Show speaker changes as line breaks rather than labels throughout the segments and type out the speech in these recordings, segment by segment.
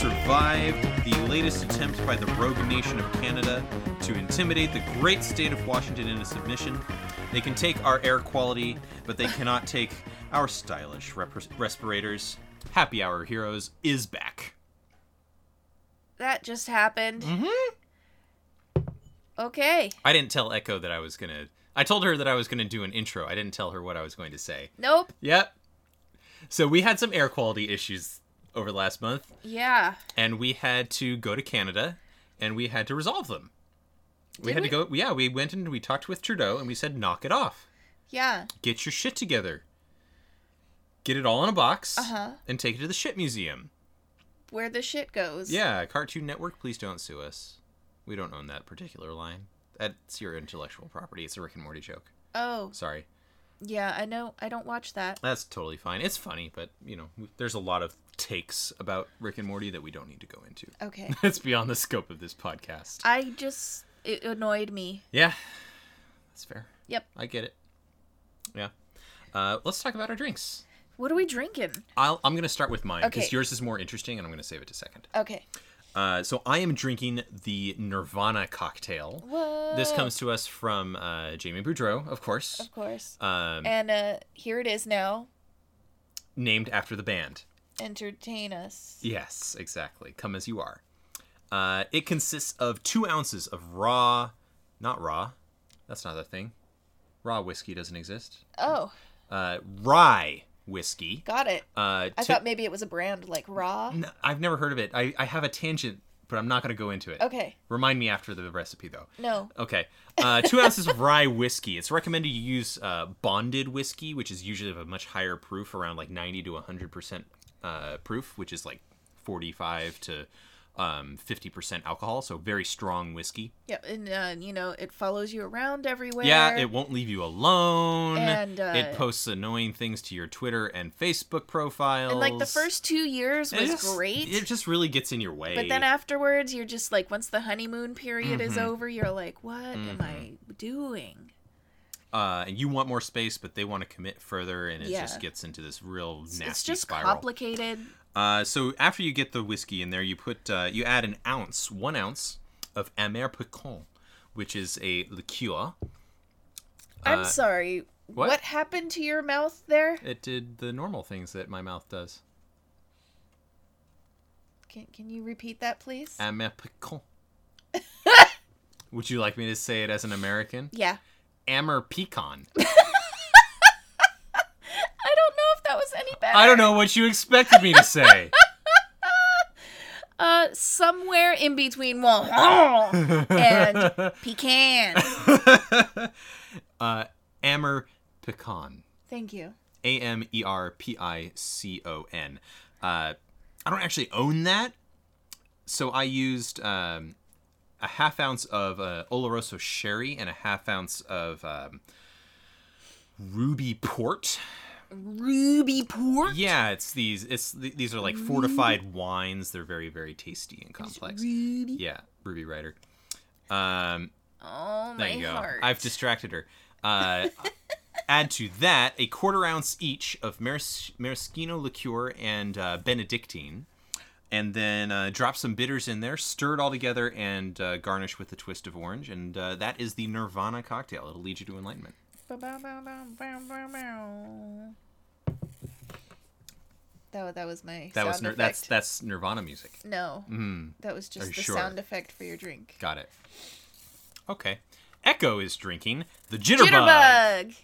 survived the latest attempt by the rogue nation of Canada to intimidate the great state of Washington into submission. They can take our air quality, but they cannot take our stylish rep- respirators. Happy Hour Heroes is back.
That just happened.
Mm-hmm.
Okay.
I didn't tell Echo that I was gonna. I told her that I was gonna do an intro. I didn't tell her what I was going to say.
Nope.
Yep. So we had some air quality issues over the last month,
Yeah.
and we had to go to Canada, and we had to resolve them. We
Did
had
we?
to go. Yeah, we went and we talked with Trudeau, and we said, "Knock it off.
Yeah.
Get your shit together. Get it all in a box,
Uh-huh.
and take it to the shit museum."
Where the shit goes.
Yeah, Cartoon Network, please don't sue us. We don't own that particular line. That's your intellectual property. It's a Rick and Morty joke.
Oh,
Sorry.
yeah. I know. I don't watch that.
That's totally fine. It's funny, but you know, there's a lot of takes about Rick and Morty that we don't need to go into.
Okay.
It's beyond the scope of this podcast.
I just it annoyed me.
Yeah, that's fair.
Yep.
I get it. Yeah. Uh, let's talk about our drinks.
What are we drinking?
I'll, I'm going to start with mine because
Okay.
yours is more interesting, and I'm going to save it to second.
Okay.
Uh, so I am drinking the Nirvana cocktail.
Whoa.
This comes to us from uh, Jamie Boudreau, of course,
Of course.
um,
And uh here it is now.
named after the band.
Entertain us.
Yes, exactly. Come as you are. Uh, it consists of two ounces of raw, not raw. That's not a thing. Raw whiskey doesn't exist.
Oh,
Uh, rye whiskey.
got it.
Uh,
I
ti-
thought maybe it was a brand like Raw.
N- I've never heard of it. I, I have a tangent, but I'm not going to go into it.
Okay.
Remind me after the recipe, though.
No.
Okay. Uh, two ounces of rye whiskey. It's recommended you use uh, bonded whiskey, which is usually of a much higher proof, around like 90 to 100% uh, proof, which is like 45 to um, 50% alcohol. So very strong whiskey.
Yep. And uh, you know it follows you around everywhere.
Yeah, it won't leave you alone.
And, uh,
it posts annoying things to your Twitter and Facebook profiles.
And like the first two years
It
was
just-
great.
It just really gets in your way.
But then afterwards, you're just like, once the honeymoon period is
Mm-hmm.
over, you're like, what am I doing?
uh, and you want more space, but they want to commit further, and it
Yeah.
just gets into this real nasty
it's just
spiral.
complicated.
Uh, so after you get the whiskey in there, you put uh, you add an ounce, one ounce of Amer Picon, which is a liqueur.
I'm sorry.
Uh, what?
What? happened to your mouth there?
It did the normal things that my mouth does.
Can, can you repeat that, please?
Amer Picon. Would you like me to say it as an American?
yeah.
Amer Pecan.
I don't know if that was any better.
I don't know what you expected me to say.
Uh, somewhere in between wall and pecan.
uh, Amer Pecan.
Thank you.
A M E R P I C O N. Uh, I don't actually own that, so I used um, a half ounce of uh, Oloroso sherry and a half ounce of um, ruby port.
Ruby pork.
Yeah, it's these. It's th- these are like fortified wines. They're very very tasty and complex.
Ruby.
Yeah, Ruby Rider. Um,
Oh, my
there you go.
heart.
I've distracted her. Uh, add to that a quarter ounce each of Maris- maraschino liqueur and uh, Benedictine, and then uh, drop some bitters in there, stir it all together, and uh, garnish with a twist of orange. And uh, that is the Nirvana cocktail. It'll lead you to enlightenment.
Ba-ba-ba-ba-ba-ba. That, that was my
That
sound
was nir-
effect.
that's that's Nirvana music.
No, that was
Are you
just the
sure?
sound effect for your drink.
Got it. Okay. Echo is drinking the
Jitterbug.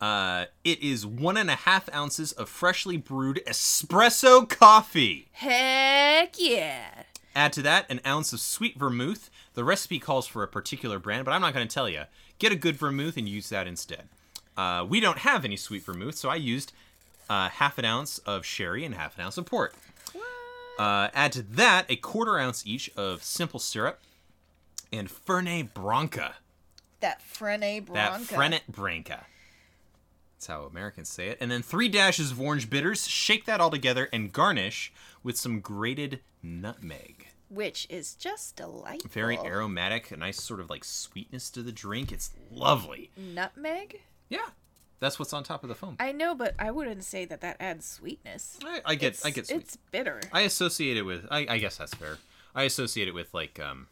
Uh, it is one and a half ounces of freshly brewed espresso coffee.
Heck yeah!
Add to that an ounce of sweet vermouth. The recipe calls for a particular brand, but I'm not going to tell you. Get a good vermouth and use that instead. Uh, we don't have any sweet vermouth, so I used uh, half an ounce of sherry and half an ounce of port. Uh, add to that a quarter ounce each of simple syrup and Fernet Branca.
That Frene Bronca.
That Fernet Branca. That's how Americans say it. And then three dashes of orange bitters. Shake that all together and garnish with some grated nutmeg
which is just delightful.
very aromatic, a nice sort of like sweetness to the drink. It's lovely.
Nutmeg.
Yeah. That's what's on top of the foam. I,
I know, but I wouldn't say that that adds sweetness.
I, get I
It's-
get sweet.
It's bitter.
I associate it with. I, I guess that's fair. I associate it with like um,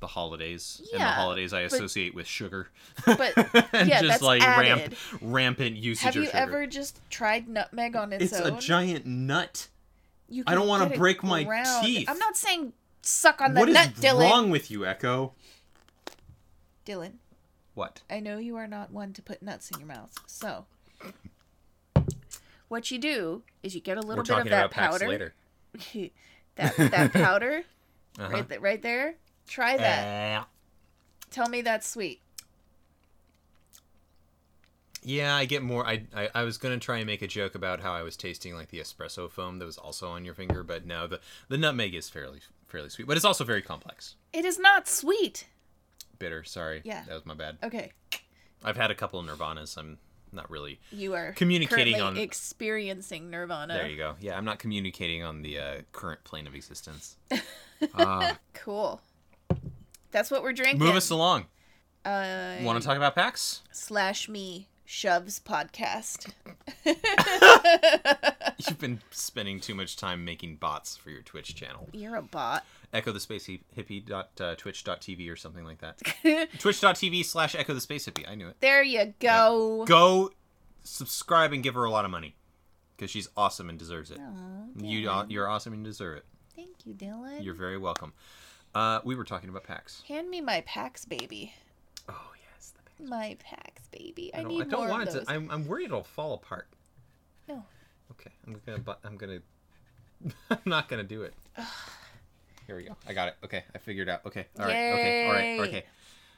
the holidays and the
Yeah,
holidays. I
but-
associate with sugar
But
and
yeah,
just
that's
like ramp,
added.
rampant usage
Have
of
you
sugar.
ever just tried nutmeg on its,
it's
own?
a giant nut.
You
I don't
can
wanna
get it
break my
ground.
teeth.
I'm not saying suck on the
What is
nut, Dylan.
wrong with you, Echo?
Dylan,
What?
I know you are not one to put nuts in your mouth. So, what you do is you get a little
We're
bit of
talking
that
about packs
powder.
later.
that that powder
Uh-huh.
right, th- right there. Try that.
Eh.
Tell me that's sweet.
Yeah, I get more. I, I I was gonna try and make a joke about how I was tasting like the espresso foam that was also on your finger, but no, the the nutmeg is fairly fairly sweet, but it's also very complex.
It is not sweet.
Bitter. Sorry.
Yeah.
That was my bad.
Okay,
I've had a couple of Nirvanas. I'm not really.
you are
Communicating
currently
on-
experiencing nirvana.
There you go. Yeah, I'm not communicating on the uh, current plane of existence. Uh,
Cool. That's what we're drinking.
move us along.
Uh,
Want to talk about packs?
slash me shoves podcast.
You've been spending too much time making bots for your Twitch channel.
You're a bot.
Echo the Space Hi- Hippie dot uh, Twitch dot TV or something like that. Twitch.tv slash Echo the Space Hippie. I knew it.
There you go.
Go subscribe and give her a lot of money because she's awesome and deserves it.
Aw,
You
Dylan.
are you're awesome and deserve it.
Thank you, Dylan.
You're very welcome. Uh, we were talking about packs.
Hand me my PAX baby.
Oh yes, the
My PAX baby. I,
I don't,
need
I don't
more
want
of
it
those.
to. I'm, I'm worried it'll fall apart.
No.
Okay, I'm gonna. bu- I'm gonna. I'm not gonna do it. Here we go. I got it. Okay, I figured out. Okay. All right. Okay. All right.
Yay.
Okay.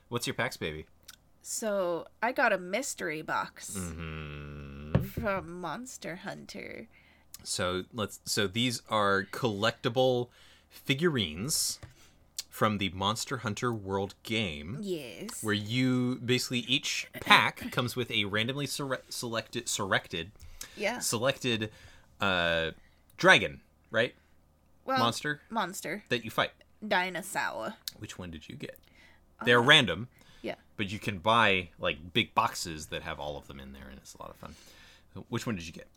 What's your PAX, baby?
So I got a mystery box
Mm. hmm
from Monster Hunter.
So let's. So these are collectible figurines from the Monster Hunter World game.
Yes.
where you basically each pack comes with a randomly sere- selected selected
yeah.
selected uh dragon right
Well,
monster
Monster.
that you fight
Dinosaur.
which one did you get they're random
Yeah.
but you can buy like big boxes that have all of them in there and it's a lot of fun which one did you get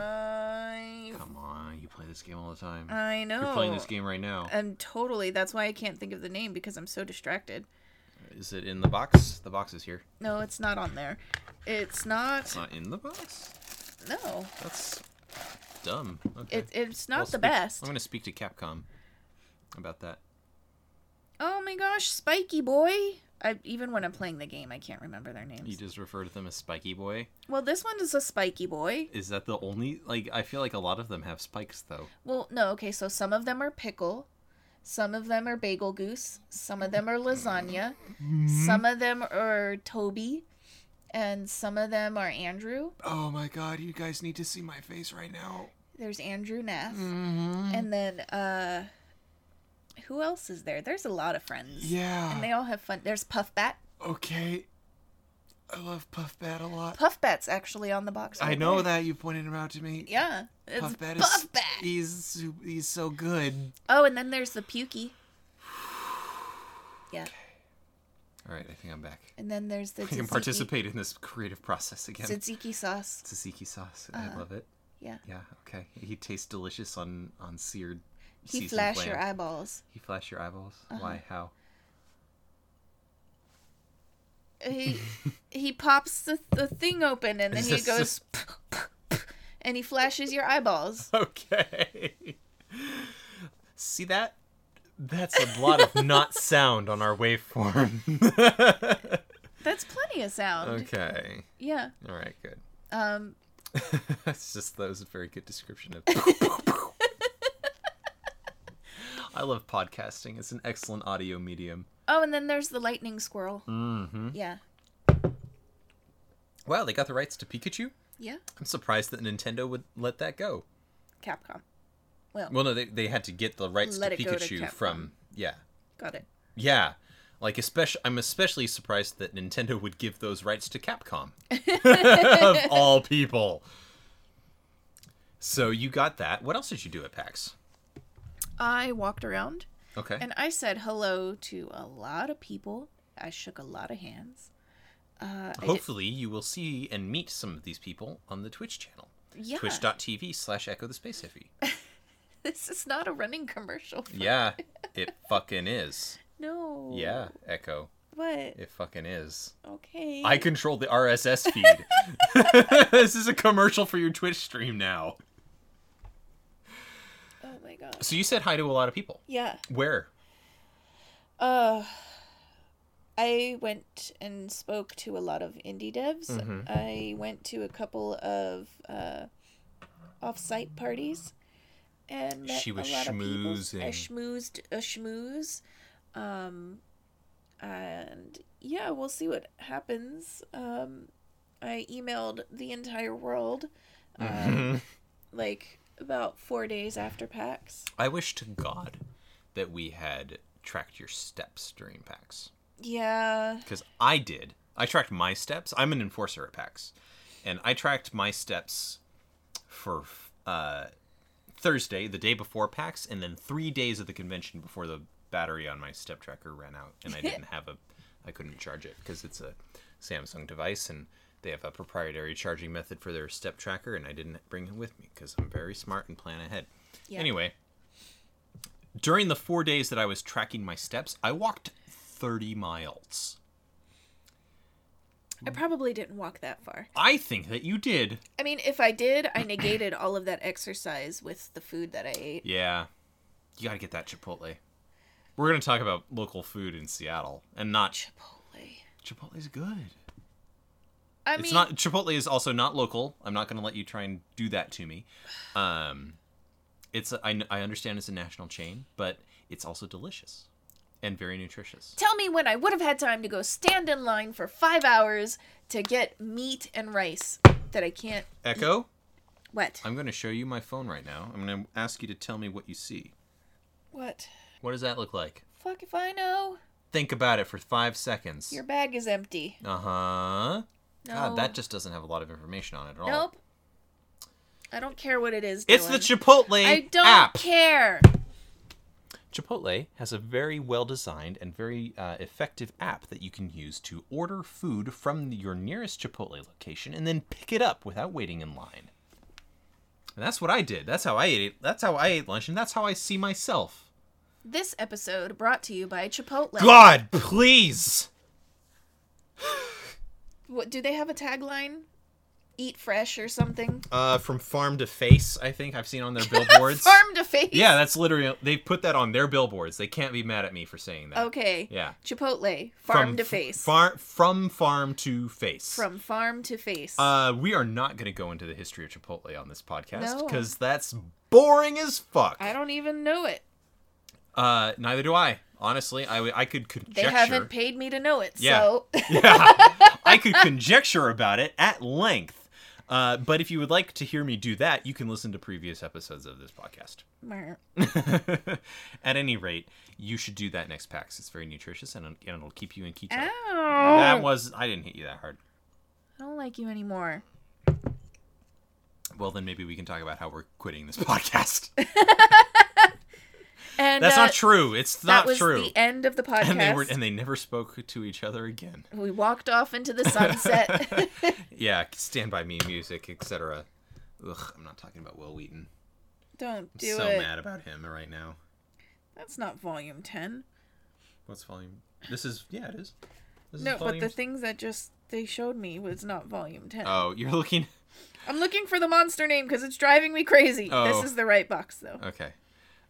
I.
come on you play this game all the time
I know.
you're playing this game right now
I'm totally. That's why I can't think of the name because I'm so distracted.
is it in the box the box is here
No, it's not on there. It's not.
it's not in the box
No,
that's dumb okay
it, it's not
I'll
the
speak-
best.
i'm gonna speak to capcom about that
Oh my gosh, Spiky Boy! I even when I'm playing the game, I can't remember their names.
You just refer to them as Spiky Boy.
Well, this one is a Spiky Boy.
Is that the only like? I feel like a lot of them have spikes though.
Well, no, okay, so some of them are pickle, some of them are bagel goose, some of them are lasagna,
Mm-hmm.
some of them are Toby, and some of them are Andrew.
Oh my god, you guys need to see my face right now.
There's Andrew Nath. And then uh who else is there? There's a lot of friends. And
Yeah.
they all have fun. There's Puffbat.
Okay. I love Puff Bat a lot.
Puffbat's actually on the box.
I
right
know
there.
that you pointed him out to me.
Yeah. It's
Puff Bat
Puffbat.
is he's su- he's so good.
Oh, and then there's the Pukey. Yeah.
All right, I think I'm back.
And then there's the
I can
tzatziki-
participate in this creative process again.
tzatziki sauce.
Tzatziki sauce. I
Uh-huh.
love it.
Yeah.
Yeah. Okay. He tastes delicious on on seared.
He
seasoned
flash
lamb.
your Uh-huh. eyeballs.
He flash your eyeballs. Why? How?
He he pops the, the thing open and then he
This is-
goes and he flashes your eyeballs.
Okay. See that? That's a lot of not sound on our waveform.
That's plenty of sound.
okay.
Yeah.
All right, good.
Um
That's just that was a very good description of I love podcasting. It's an excellent audio medium.
oh and then there's the lightning squirrel.
Mm-hmm.
Yeah.
Wow, they got the rights to Pikachu?
Yeah.
I'm surprised that Nintendo would let that go.
Capcom. Well,
Well, no, they, they had to get the rights
Let
to
it go to
Pikachu
Capcom.
from yeah.
got it.
Yeah. Like especially I'm especially surprised that Nintendo would give those rights to Capcom. of all people. So you got that. What else did you do at PAX?
I walked around
Okay.
and I said hello to a lot of people. I shook a lot of hands. Uh, I d-
Hopefully, you will see and meet some of these people on the Twitch channel.
yeah,
Twitch.tv slash Echo the Space Iffy.
this is not a running commercial.
Yeah, it fucking is.
No.
Yeah, Echo,
What?
it fucking is.
Okay.
I control the RSS feed. this is a commercial for your Twitch stream now.
Oh my gosh.
So you said hi to a lot of people.
Yeah.
Where?
Uh, I went and spoke to a lot of indie devs.
Mhm.
I went to a couple of uh, off-site parties, and met
She was
a lot of people. I
schmoozing.
schmoozed a schmooze, um, and yeah, we'll see what happens. Um, I emailed the entire world,
Mm-hmm.
uh, like about four days after PAX.
I wish to God that we had tracked your steps during PAX.
Yeah,
because I did. I tracked my steps. I'm an enforcer at PAX, and I tracked my steps for uh, Thursday, the day before PAX, and then three days of the convention before the battery on my step tracker ran out, and I didn't have a, I couldn't charge it because it's a Samsung device, and they have a proprietary charging method for their step tracker, and I didn't bring it with me because I'm very smart and plan ahead.
Yeah.
Anyway, during the four days that I was tracking my steps, I walked 30 miles.
I probably didn't walk that far.
I think that you did.
I mean, if I did, I negated all of that exercise with the food that I ate.
Yeah. You got to get that Chipotle. We're going to talk about local food in Seattle and not
Chipotle.
Chipotle's good.
I
it's
mean,
not Chipotle is also not local. I'm not going to let you try and do that to me. Um it's I kn- I understand it's a national chain, but it's also delicious and very nutritious.
tell me when I would have had time to go stand in line for five hours to get meat and rice that I can't.
Echo,
What?
I'm going to show you my phone right now. I'm going to ask you to tell me what you see.
What?
What does that look like?
Fuck if I know.
Think about it for 5 seconds.
Your bag is empty.
Uh-huh.
No.
God, that just doesn't have a lot of information on it at all.
Nope. I don't care what it is.
It's the
Dylan.
Chipotle
I don't
app.
care.
Chipotle has a very well designed and very uh, effective app that you can use to order food from your nearest Chipotle location and then pick it up without waiting in line. And that's what I did. That's how I ate. It. That's how I ate lunch, and that's how I see myself.
This episode brought to you by Chipotle.
God, please.
What, do they have a tagline? Eat fresh or something?
Uh, from farm to face, I think I've seen on their billboards.
Farm to face.
yeah, that's literally they put that on their billboards. They can't be mad at me for saying that.
Okay.
Yeah.
Chipotle, farm
From
to
f-
face.
Far, from farm to face.
From farm to face.
Uh, we are not going to go into the history of Chipotle on this podcast
No.
because that's boring as fuck.
I don't even know it.
Uh, neither do I. Honestly, I, w- I could
They
conjecture.
haven't paid me to know it.
Yeah.
So,
yeah, I could conjecture about it at length. Uh, but if you would like to hear me do that, you can listen to previous episodes of this podcast.
Mer.
at any rate, you should do that next PAX. It's very nutritious and, and it'll keep you in keto.
ow.
That was I didn't hit you that hard.
I don't like you anymore.
Well, then maybe we can talk about how we're quitting this podcast.
And
That's
uh,
not true. It's
That
not
was
true.
the end of the podcast.
and they were and they never spoke to each other again.
we walked off into the sunset.
Yeah, Stand by Me music, etc. Ugh, I'm not talking about Will Wheaton.
don't
I'm
do
so
it.
mad about him right now.
That's not volume 10.
What's volume? This is yeah, it is. This
no,
is
but
volume.
the things that just they showed me was not volume 10.
Oh, you're looking.
I'm looking for the monster name because it's driving me crazy.
Oh.
This is the right box, though.
Okay.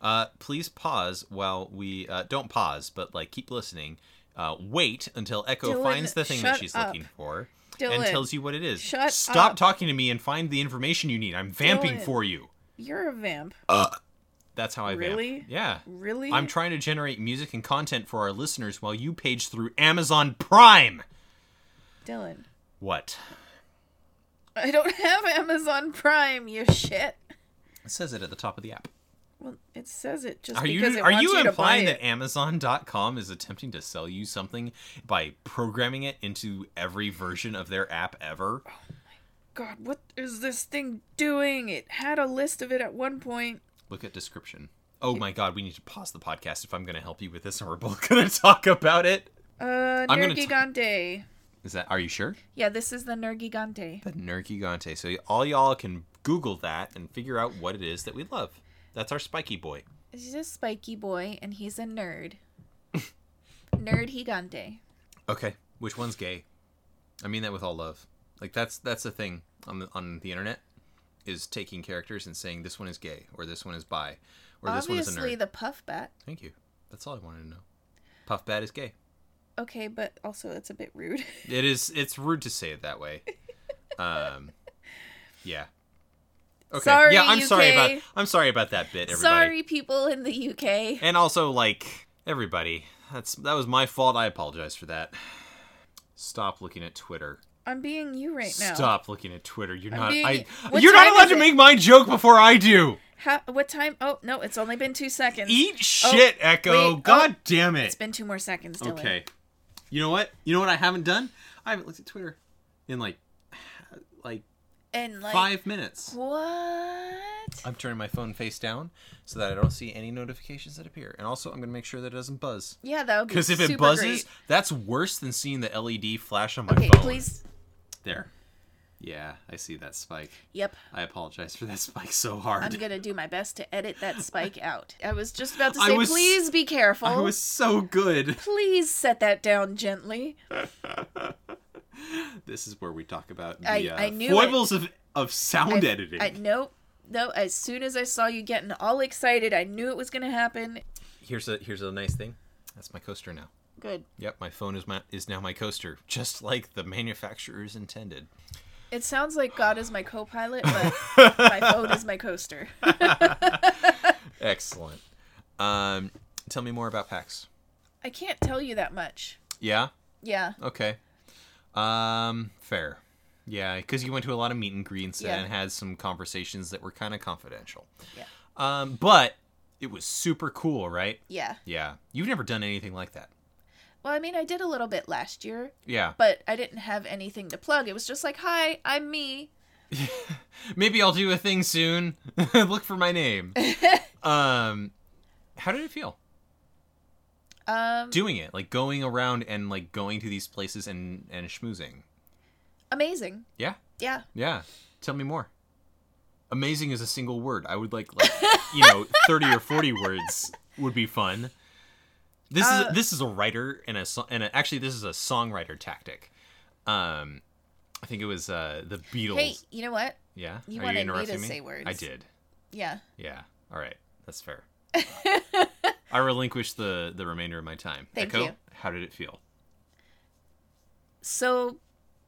Uh, please pause while we uh, don't pause, but like keep listening. Uh, wait until Echo
Dylan,
finds the thing that
shut
she's
up.
looking for and
Dylan,
tells you what it is.
shut
Stop
up.
talking to me and find the information you need. I'm vamping
Dylan.
for you.
You're a vamp.
That's how I
Really?
vamp. Yeah.
Really?
I'm trying to generate music and content for our listeners while you page through Amazon Prime.
Dylan.
What?
I don't have Amazon Prime, you shit.
It says it at the top of the app.
Well, it says it just
Are
because
you
it
are
wants
you,
you, to buy
implying
it.
that Amazon.com is attempting to sell you something by programming it into every version of their app ever?
God, what is this thing doing? It had a list of it at one point.
Look at description. Oh my god, we need to pause the podcast if I'm going to help you with this, and we're both going to talk about it.
Uh,
I'm gonna
Nergigante.
Is that? Are you sure?
Yeah, this is the Nergigante.
The Nergigante. So all y'all can Google that and figure out what it is that we love. That's our spiky boy.
He's a spiky boy, and he's a nerd. nerd Higante.
Okay. Which one's gay? I mean that with all love. Like that's that's the thing on the on the internet is taking characters and saying this one is gay or this one is bi or this one is
Obviously,
a nerd.
the puff bat.
Thank you. That's all I wanted to know. Puff Bat is gay.
Okay, but also it's a bit rude.
It is. It's rude to say it that way. Um, yeah. Okay.
Sorry,
yeah, I'm sorry
UK.
about. I'm sorry about that bit, everybody.
Sorry, people in the UK.
And also, like everybody, that's that was my fault. I apologize for that. Stop looking at Twitter.
I'm being you right now.
Stop looking at Twitter. You're not.
being-
I.
What
You're not
time
allowed
is
to
it?
make my joke before I do.
Ha- what time? Oh no, it's only been two seconds.
Eat shit, Echo.
wait, oh.
God damn
It's
it.
been two more seconds, Dylan.
Okay. You know what? You know what I haven't done? I haven't looked at Twitter in like like
And like
five minutes.
what?
I'm turning my phone face down so that I don't see any notifications that appear. And also, I'm going to make sure that it doesn't buzz.
Yeah, that would be
Because if it
super
buzzes,
great.
that's worse than seeing the LED flash on my
Okay,
phone.
please.
There. Yeah, I see that spike.
Yep.
I apologize for that spike so
I'm
hard.
gonna do my best to edit that spike out. I was just about to say,
I was-
please be careful.
I was so good.
Please set that down gently.
This is where we talk about the
I-
uh,
I knew it.
foibles of of sound
I-
editing.
I, nope. No, as soon as I saw you getting all excited, I knew it was gonna happen.
Here's a here's a nice thing. That's my coaster now.
Good.
Yep, my phone is my is now my coaster, just like the manufacturers intended.
It sounds like God is my co-pilot, but my phone is my coaster.
Excellent. Um, tell me more about PAX.
I can't tell you that much.
Yeah.
Yeah.
Okay. Um, fair. Yeah, because you went to a lot of meet and greets
Yeah.
and had some conversations that were kind of confidential.
Yeah.
Um, but it was super cool, right?
Yeah.
Yeah. You've never done anything like that.
Well, I mean, I did a little bit last year,
Yeah.
but I didn't have anything to plug. It was just like, "Hi, I'm me."
Maybe I'll do a thing soon. Look for my name. um, how did it feel?
Um,
doing it like going around and like going to these places and and schmoozing
amazing.
yeah
Yeah.
yeah tell me more amazing is a single word i would like like you know 30 or 40 words would be fun this
Uh,
is this is a writer and a so- and a, actually this is a songwriter tactic um i think it was uh the beatles
Hey, you know what?
yeah
you
are
wanted
you
me
interrupting
to
me
say words.
i did
Yeah.
yeah all right that's fair i relinquish the the remainder of my time
Thank
echo
you.
how did it feel
So,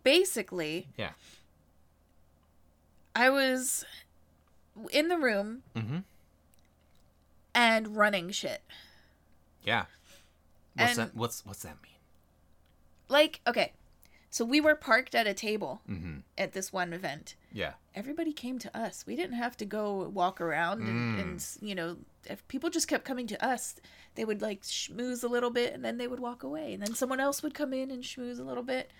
basically,
yeah
I was in the room
Mhm.
and running shit.
Yeah. What's
And-
that? What's what's that mean?
Like, okay. So we were parked at a table
Mm-hmm.
at this one event.
Yeah.
Everybody came to us. We didn't have to go walk around and, and you know, if people just kept coming to us. They would like schmooze a little bit and then they would walk away. And then someone else would come in and schmooze a little bit.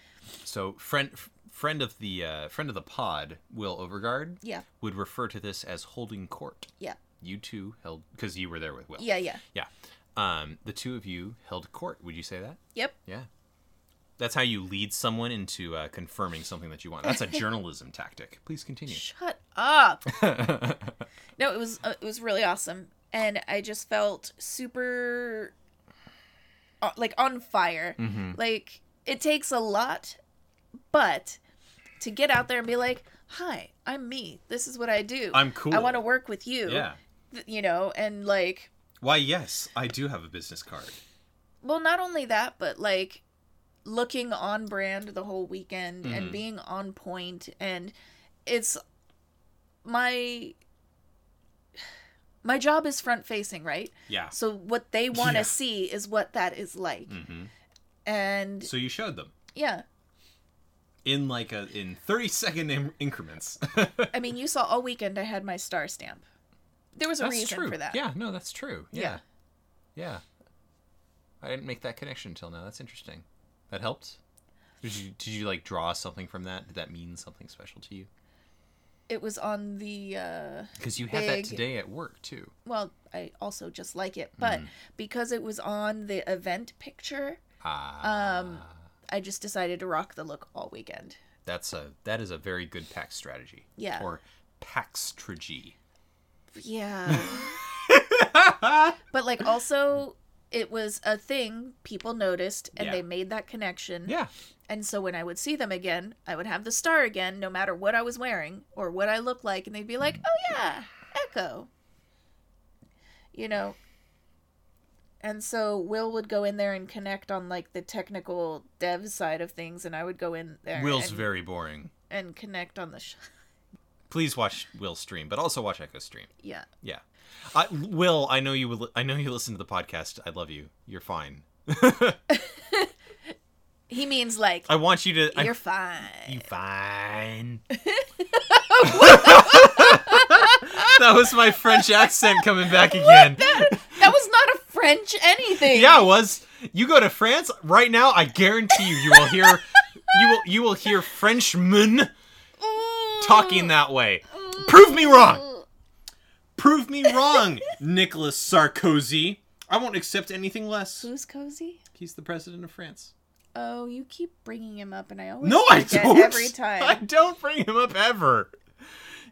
So friend f- friend of the uh, friend of the pod, Will Overgard,
Yeah.
would refer to this as holding court.
Yeah.
You two held because you were there with Will.
Yeah, yeah.
Yeah. Um, the two of you held court. Would you say that?
Yep.
Yeah. That's how you lead someone into uh, confirming something that you want. That's a journalism tactic. Please continue.
Shut up. no, it was uh, it was really awesome, and I just felt super uh, like on fire.
Mm-hmm.
Like it takes a lot, but to get out there and be like, "Hi, I'm me. This is what I do.
I'm cool."
I want to work with you."
Yeah.
Th- you know, and like,
Why? Yes, I do have a business card.
well, not only that, but like looking on brand the whole weekend and
Mm-hmm.
being on point and it's my my job is front facing right
Yeah.
so what they want to
Yeah. Mm.
see is what that is like
Mm-hmm.
and
So you showed them
yeah
in like a in thirty second in- increments.
i mean you saw all weekend i had my star stamp there was a reason
true.
for that
Yeah, no, that's true. Yeah. yeah.
Yeah.
I didn't make that connection until now. That's interesting. That helped? Did you did you like draw something from that? Did that mean something special to you?
it was on the uh
Because you had that
Big-
today at work too.
well i also just
Mm.
like it but because it was on the event picture
Ah.
um I just decided to rock the look all weekend.
That's a that is a very good pack strategy.
Yeah.
Or pack strategy.
Yeah. but like also it was a thing people noticed and
Yeah.
they made that connection.
Yeah.
And so when I would see them again, I would have the star again no matter what I was wearing or what I looked like and they'd be like, "Oh yeah, Echo." You know. And so Will would go in there and connect on like the technical dev side of things and I would go in there
Will's
and,
very boring.
and connect on the sh-
Please watch Will's stream, but also watch Echo stream.
yeah.
Yeah. I, Will, I know you. will- I know you listen to the podcast. I love you. You're fine.
He means like
I want you to. I-
you're fine.
you fine. that was my French accent coming back again.
That was not a French anything.
Yeah, it was. You go to France right now. I guarantee you, you will hear. You will. You will hear Frenchmen
Mm.
talking that way. Prove me wrong. Prove me wrong, Nicolas Sarkozy. I won't accept anything less.
Who's cozy?
He's the president of France.
Oh, you keep bringing him up, and I always
No, I
forget
don't.
every
I
time.
don't bring him up ever.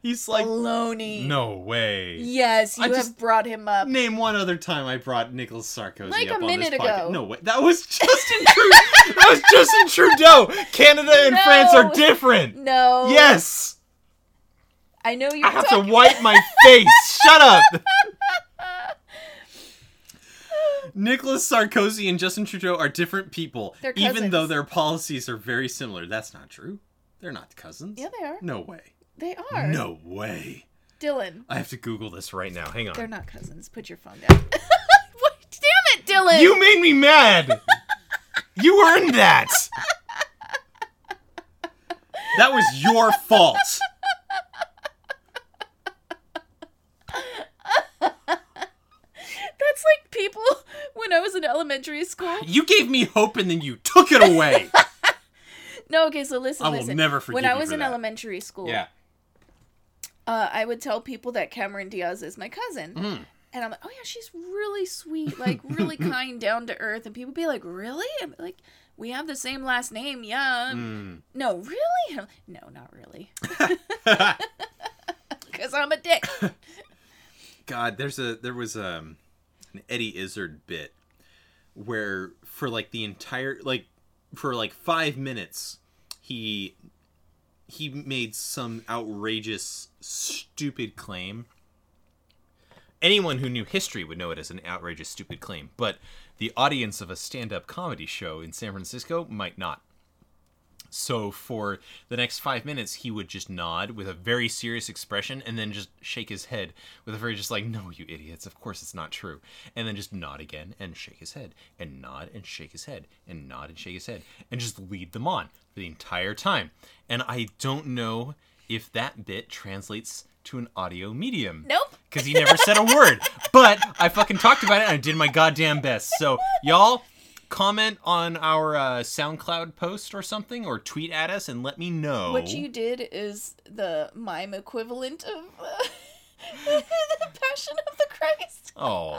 He's like,
Baloney.
no way.
Yes, you
I
have
just-
brought him up.
Name one other time I brought Nicolas Sarkozy
Like a
up on
minute
this podcast.
ago.
No way. That was Justin Trudeau. that was Justin Trudeau. Canada and
No.
France are different.
No.
Yes.
I know you're
I have to
talking.
wipe my face. Shut up. Nicolas Sarkozy and Justin Trudeau are different people,
They're
even though
cousins.
their policies are very similar. That's not true. They're not cousins.
Yeah, they are.
No way.
They are.
No way.
Dylan,
I have to Google this right now. Hang on.
they're not cousins. Put your phone down. what? Damn it, Dylan.
You made me mad. you earned that. That was your fault.
That's like people when I was in elementary school.
You gave me hope and then you took it away.
No, okay, so listen,
I will
listen.
never
when
forgive
I
you
was
for
in
that.
elementary school,
yeah.
uh, I would tell people that Cameron Diaz is my cousin.
Mm.
And I'm like, oh yeah, she's really sweet, like really kind, down to earth. And people be like, really? I'm like, we have the same last name, yeah.
Mm. Hmm.
No, really? I'm like, no, not really. Because I'm a dick.
God, there's a there was um an Eddie Izzard bit where for like the entire like for like five minutes he he made some outrageous stupid claim. Anyone who knew history would know it as an outrageous stupid claim, but the audience of a stand-up comedy show in San Francisco might not. So for the next five minutes, he would just nod with a very serious expression and then just shake his head with a very just like, no, you idiots, of course it's not true. And then just nod again and shake his head and nod and shake his head and nod and shake his head and just lead them on for the entire time. And I don't know if that bit translates to an audio medium.
Nope.
Because he never said a word. But I fucking talked about it and I did my goddamn best. So, y'all, comment on our uh, SoundCloud post or something or tweet at us and let me know.
What you did is the mime equivalent of uh, the Passion of the Christ,
Oh.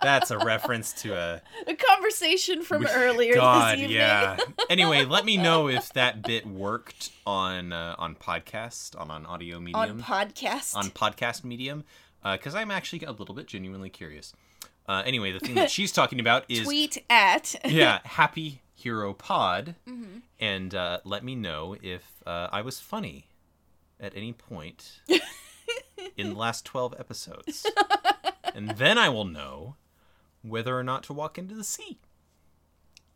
That's a reference to a
a conversation from earlier
God,
this evening.
yeah. Anyway, let me know if that bit worked on uh, on podcast, on on audio
On
medium,
podcast.
on podcast medium, because I'm actually a little bit genuinely curious. Uh, anyway, the thing that she's talking about is
Tweet at.
yeah, Happy Hero Pod, and uh, let me know if uh, I was funny at any point in the last twelve episodes, and then I will know whether or not to walk into the sea.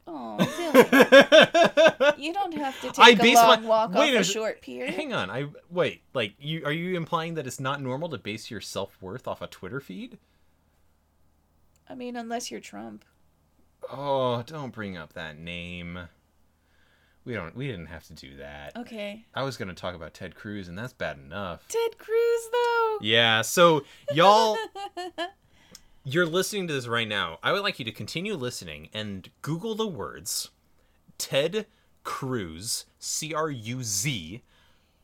Oh, Dylan. you don't have to
I
take a
base
long
my-
walk
wait a
off a
minute.
short pier.
Hang on, I wait. Like, you are you implying that it's not normal to base your self worth off a Twitter feed?
I mean, unless you're Trump.
Oh, don't bring up that name. We don't. We didn't have to do that.
Okay.
I was going to talk about Ted Cruz, and that's bad enough.
Ted Cruz, though.
Yeah, so y'all you're listening to this right now. I would like you to continue listening and Google the words Ted Cruz, C R U Z,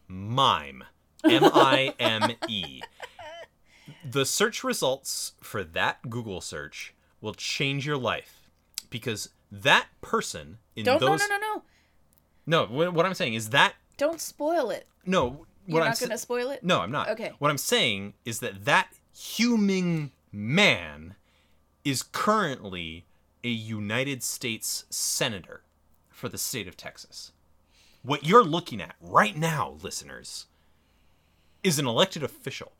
mime, M I M E. The search results for that Google search will change your life because That person in
Don't
those
no no no no.
no wh- what I'm saying is that
Don't spoil it.
no what
You're
I'm
not
sa-
gonna spoil it.
no I'm not
Okay.
what I'm saying is that that human man is currently a United States senator for the state of Texas. What you're looking at right now, listeners, is an elected official.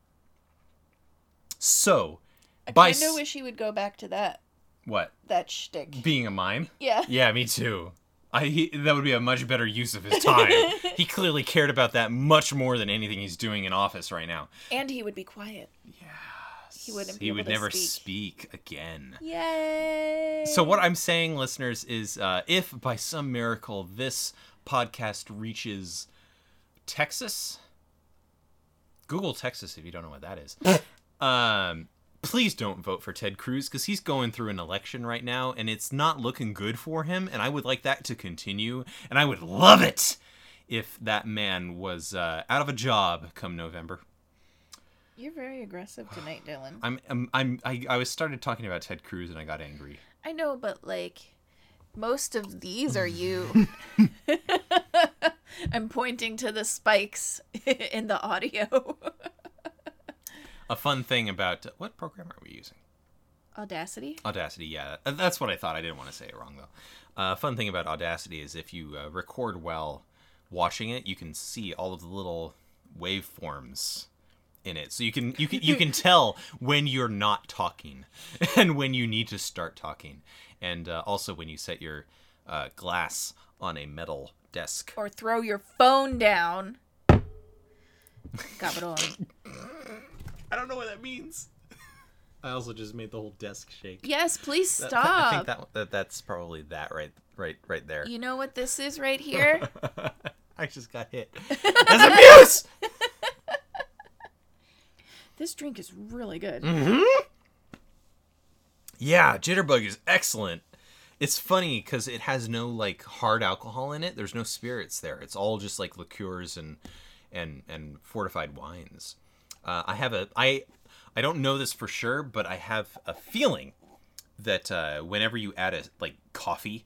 So,
I
by
kind of
s-
wish he would go back to that
what
that shtick.
being a mime?
Yeah.
Yeah, me too. I he, that would be a much better use of his time. he clearly cared about that much more than anything he's doing in office right now.
And he would be quiet. Yeah. He wouldn't. Be
He
able
would
to
never
speak.
speak again.
Yay.
So what I'm saying, listeners, is uh, if by some miracle this podcast reaches Texas, Google Texas if you don't know what that is. um, please don't vote for Ted Cruz because he's going through an election right now and it's not looking good for him. And I would like that to continue, and I would love it if that man was uh, out of a job come November.
You're very aggressive tonight, Dylan.
I'm, I'm, I'm I, I was started talking about Ted Cruz and I got angry.
I know, but like most of these are you. I'm pointing to the spikes in the audio.
A fun thing about what program are we using?
Audacity?
Audacity, yeah. Uh, That's what I thought. I didn't want to say it wrong, though. Uh, fun thing about Audacity is if you uh, record while watching it, you can see all of the little waveforms in it. So you can you can you can tell when you're not talking and when you need to start talking. And uh, also when you set your uh, glass on a metal desk.
Or throw your phone down. Cabrón.
I don't know what that means. I also just made the whole desk shake.
Yes, please
I
stop.
think that, that that's probably that right right right there.
You know what this is right here?
I just got hit. That's abuse.
this drink is really good.
Mm. Mm-hmm. Yeah, Jitterbug is excellent. It's funny because it has no like hard alcohol in it. There's no spirits there. It's all just like liqueurs and and and fortified wines. Uh, I have a I I don't know this for sure, but I have a feeling that uh, whenever you add a like coffee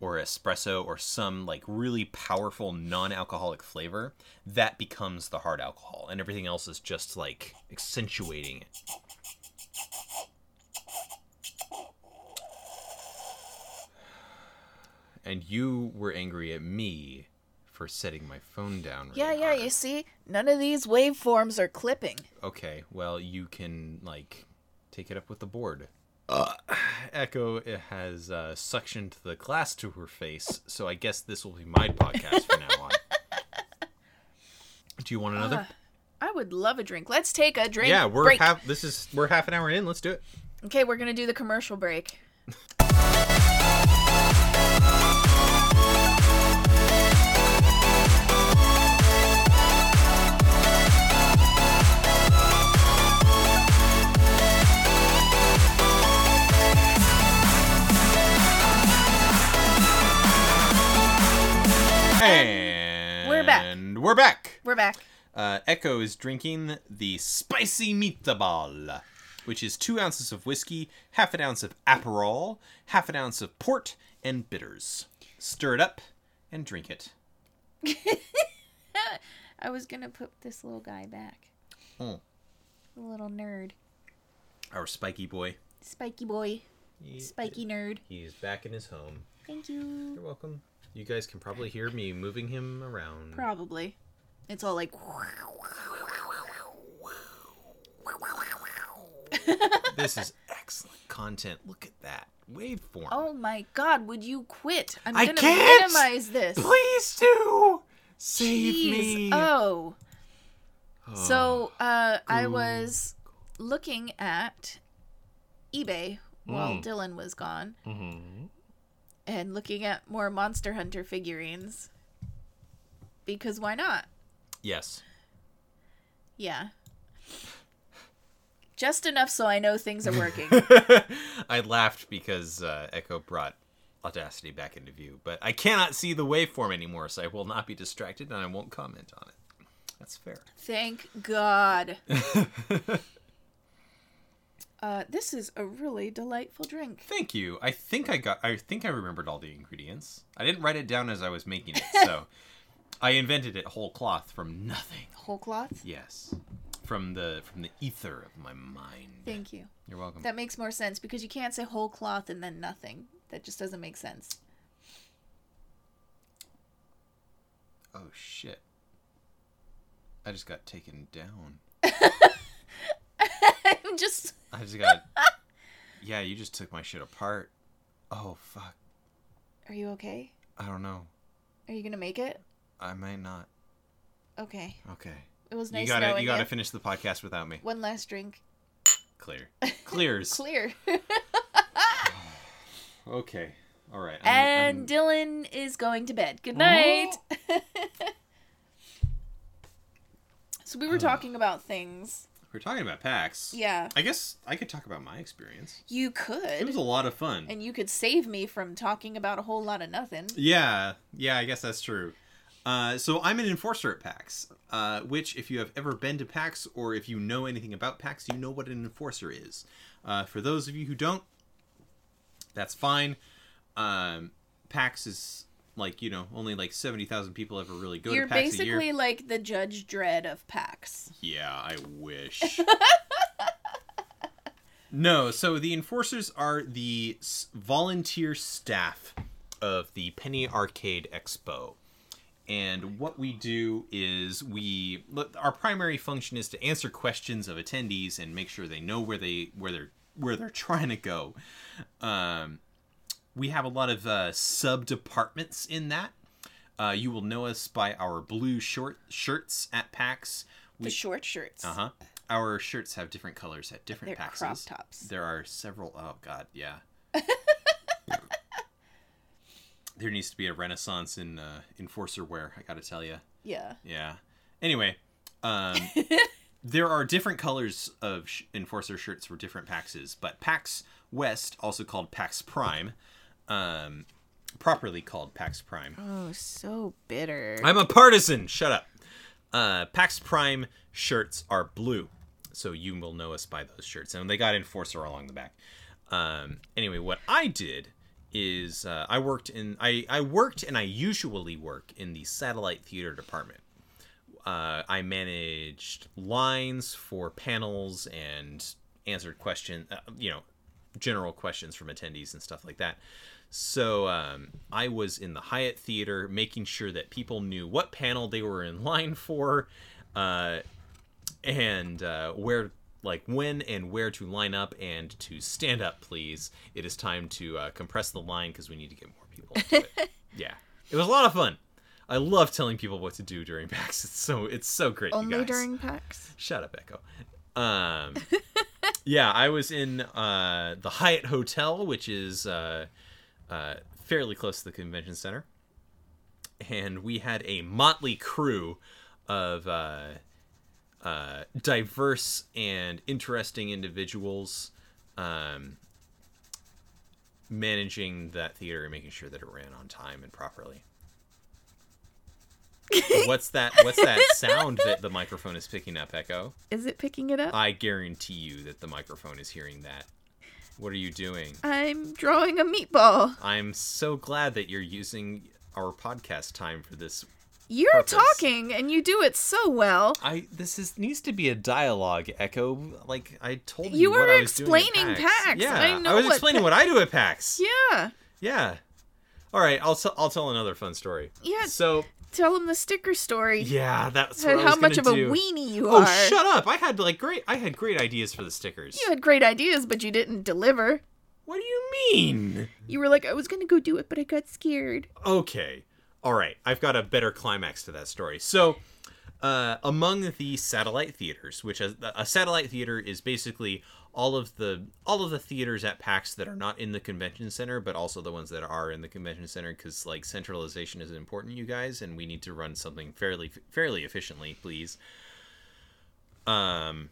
or espresso or some like really powerful non-alcoholic flavor, that becomes the hard alcohol, and everything else is just like accentuating it. and you were angry at me for setting my phone down. Really
Yeah, yeah,
hard.
you see? None of these waveforms are clipping.
Okay, well, you can like take it up with the board. Echo uh, has uh, suctioned the glass to her face, so I guess this will be my podcast from now on. Do you want another?
I would love a drink. Let's take a drink.
yeah, we're
Uh, break.
half. This is we're half an hour in. Let's do it.
Okay, we're gonna do the commercial break.
And
we're back.
And we're back.
We're back.
Uh, Echo is drinking the spicy meatball, which is two ounces of whiskey, half an ounce of Aperol, half an ounce of port, and bitters. Stir it up and drink it.
I was gonna put this little guy back.
Mm.
The little nerd.
Our spiky boy.
Spiky boy. Spiky nerd.
He's back in his home.
Thank you.
You're welcome. You guys can probably hear me moving him around.
Probably. It's all like
this is excellent content. Look at that waveform.
Oh my god, would you quit? I'm
I
gonna
can't!
minimize this.
Please do save
Jeez.
me. Oh.
Oh. So uh I
Cool.
was looking at eBay while
Mm.
Dylan was gone
Mhm.
and looking at more Monster Hunter figurines. Because why not?
Yes.
Yeah. Just enough so I know things are working.
I laughed because uh, Echo brought Audacity back into view, but I cannot see the waveform anymore, so I will not be distracted and I won't comment on it. That's fair.
Thank God. Uh, this is a really delightful drink.
Thank you. I think I got. I think I remembered all the ingredients. I didn't write it down as I was making it, so I invented it whole cloth from nothing.
Whole cloth.
Yes, from the from the ether of my mind.
Thank you.
You're welcome.
That makes more sense because you can't say whole cloth and then nothing. That just doesn't make sense.
oh shit! I just got taken down.
I'm just
I just got. yeah, you just took my shit apart. Oh fuck!
Are you okay?
I don't know.
Are you gonna make it?
I might not.
Okay.
Okay.
It was nice
you gotta
knowing
you gotta
you.
finish the podcast without me.
One last drink.
Clear. Clears.
Clear.
Okay. All right. I'm-
and
I'm-
Dylan is going to bed. Good night. so we were talking about things.
we're talking about PAX.
Yeah,
I guess I could talk about my experience.
you
It was
could.
a lot of fun.
And you could save me from talking about a whole lot of nothing.
Yeah, yeah, I guess that's true. Uh, so I'm an enforcer at PAX, uh, which, if you have ever been to PAX or if you know anything about PAX, you know what an enforcer is. Uh, for those of you who don't, that's fine. Um, PAX is like you know only like seventy thousand people ever really go
You're
to PAX a
basically
year.
like the Judge Dread of PAX.
Yeah, I wish. no, so the enforcers are the s- volunteer staff of the Penny Arcade Expo. And what we do is we look, our primary function is to answer questions of attendees and make sure they know where they where they're where they're trying to go. Um, we have a lot of uh, sub departments in that. Uh, you will know us by our blue short shirts at PAX.
The short shirts.
Uh huh. Our shirts have different colors at different
They're
packs.
crop tops.
There are several. Oh God, yeah. there needs to be a renaissance in uh, enforcer wear. I gotta tell you.
Yeah.
Yeah. Anyway, um, there are different colors of sh- enforcer shirts for different PAXs, but PAX West, also called PAX Prime, um, properly called PAX Prime.
Oh, so bitter.
I'm a partisan. Shut up. Uh, PAX Prime shirts are blue, so you will know us by those shirts. And they got Enforcer along the back. Um, anyway, what I did is uh, I worked in I, I worked and I usually work in the satellite theater department. Uh, I managed lines for panels and answered question, uh, you know, general questions from attendees and stuff like that. So um, I was in the Hyatt Theater making sure that people knew what panel they were in line for, uh, and uh, where, like when and where to line up and to stand up. Please, it is time to uh, compress the line because we need to get more people. Into it. yeah, it was a lot of fun. I love telling people what to do during PAX. It's so it's so great. you
Only
guys.
during PAX.
Shut up, Echo. Um, yeah, I was in uh, the Hyatt Hotel, which is uh, uh, fairly close to the convention center, and we had a motley crew of uh, uh, diverse and interesting individuals um, managing that theater and making sure that it ran on time and properly. what's that? What's that sound that the microphone is picking up, Echo?
Is it picking it up?
I guarantee you that the microphone is hearing that. What are you doing?
I'm drawing a meatball.
I'm so glad that you're using our podcast time for this.
You're
Purpose.
talking and you do it so well.
I this is needs to be a dialogue, Echo. Like I told you,
You
what
were
I was doing at
explaining PAX,
Yeah,
I know
was
what
explaining
pa-
what I do at PAX. Yeah.
Yeah.
All right, I'll t- I'll tell another fun story.
Yeah.
So
Tell him the sticker story.
yeah, that's what
and
I was
how much of
gonna
a
do.
weenie you
Oh,
are.
shut up! I had like great I had great ideas for the stickers.
You had great ideas, but you didn't deliver.
What do you mean?
You were like, I was gonna go do it, but I got scared.
okay all right i've got a better climax to that story so uh, among the satellite theaters which is, a satellite theater is basically all of the all of the theaters at pax that are not in the convention center but also the ones that are in the convention center because like centralization is important you guys and we need to run something fairly fairly efficiently please um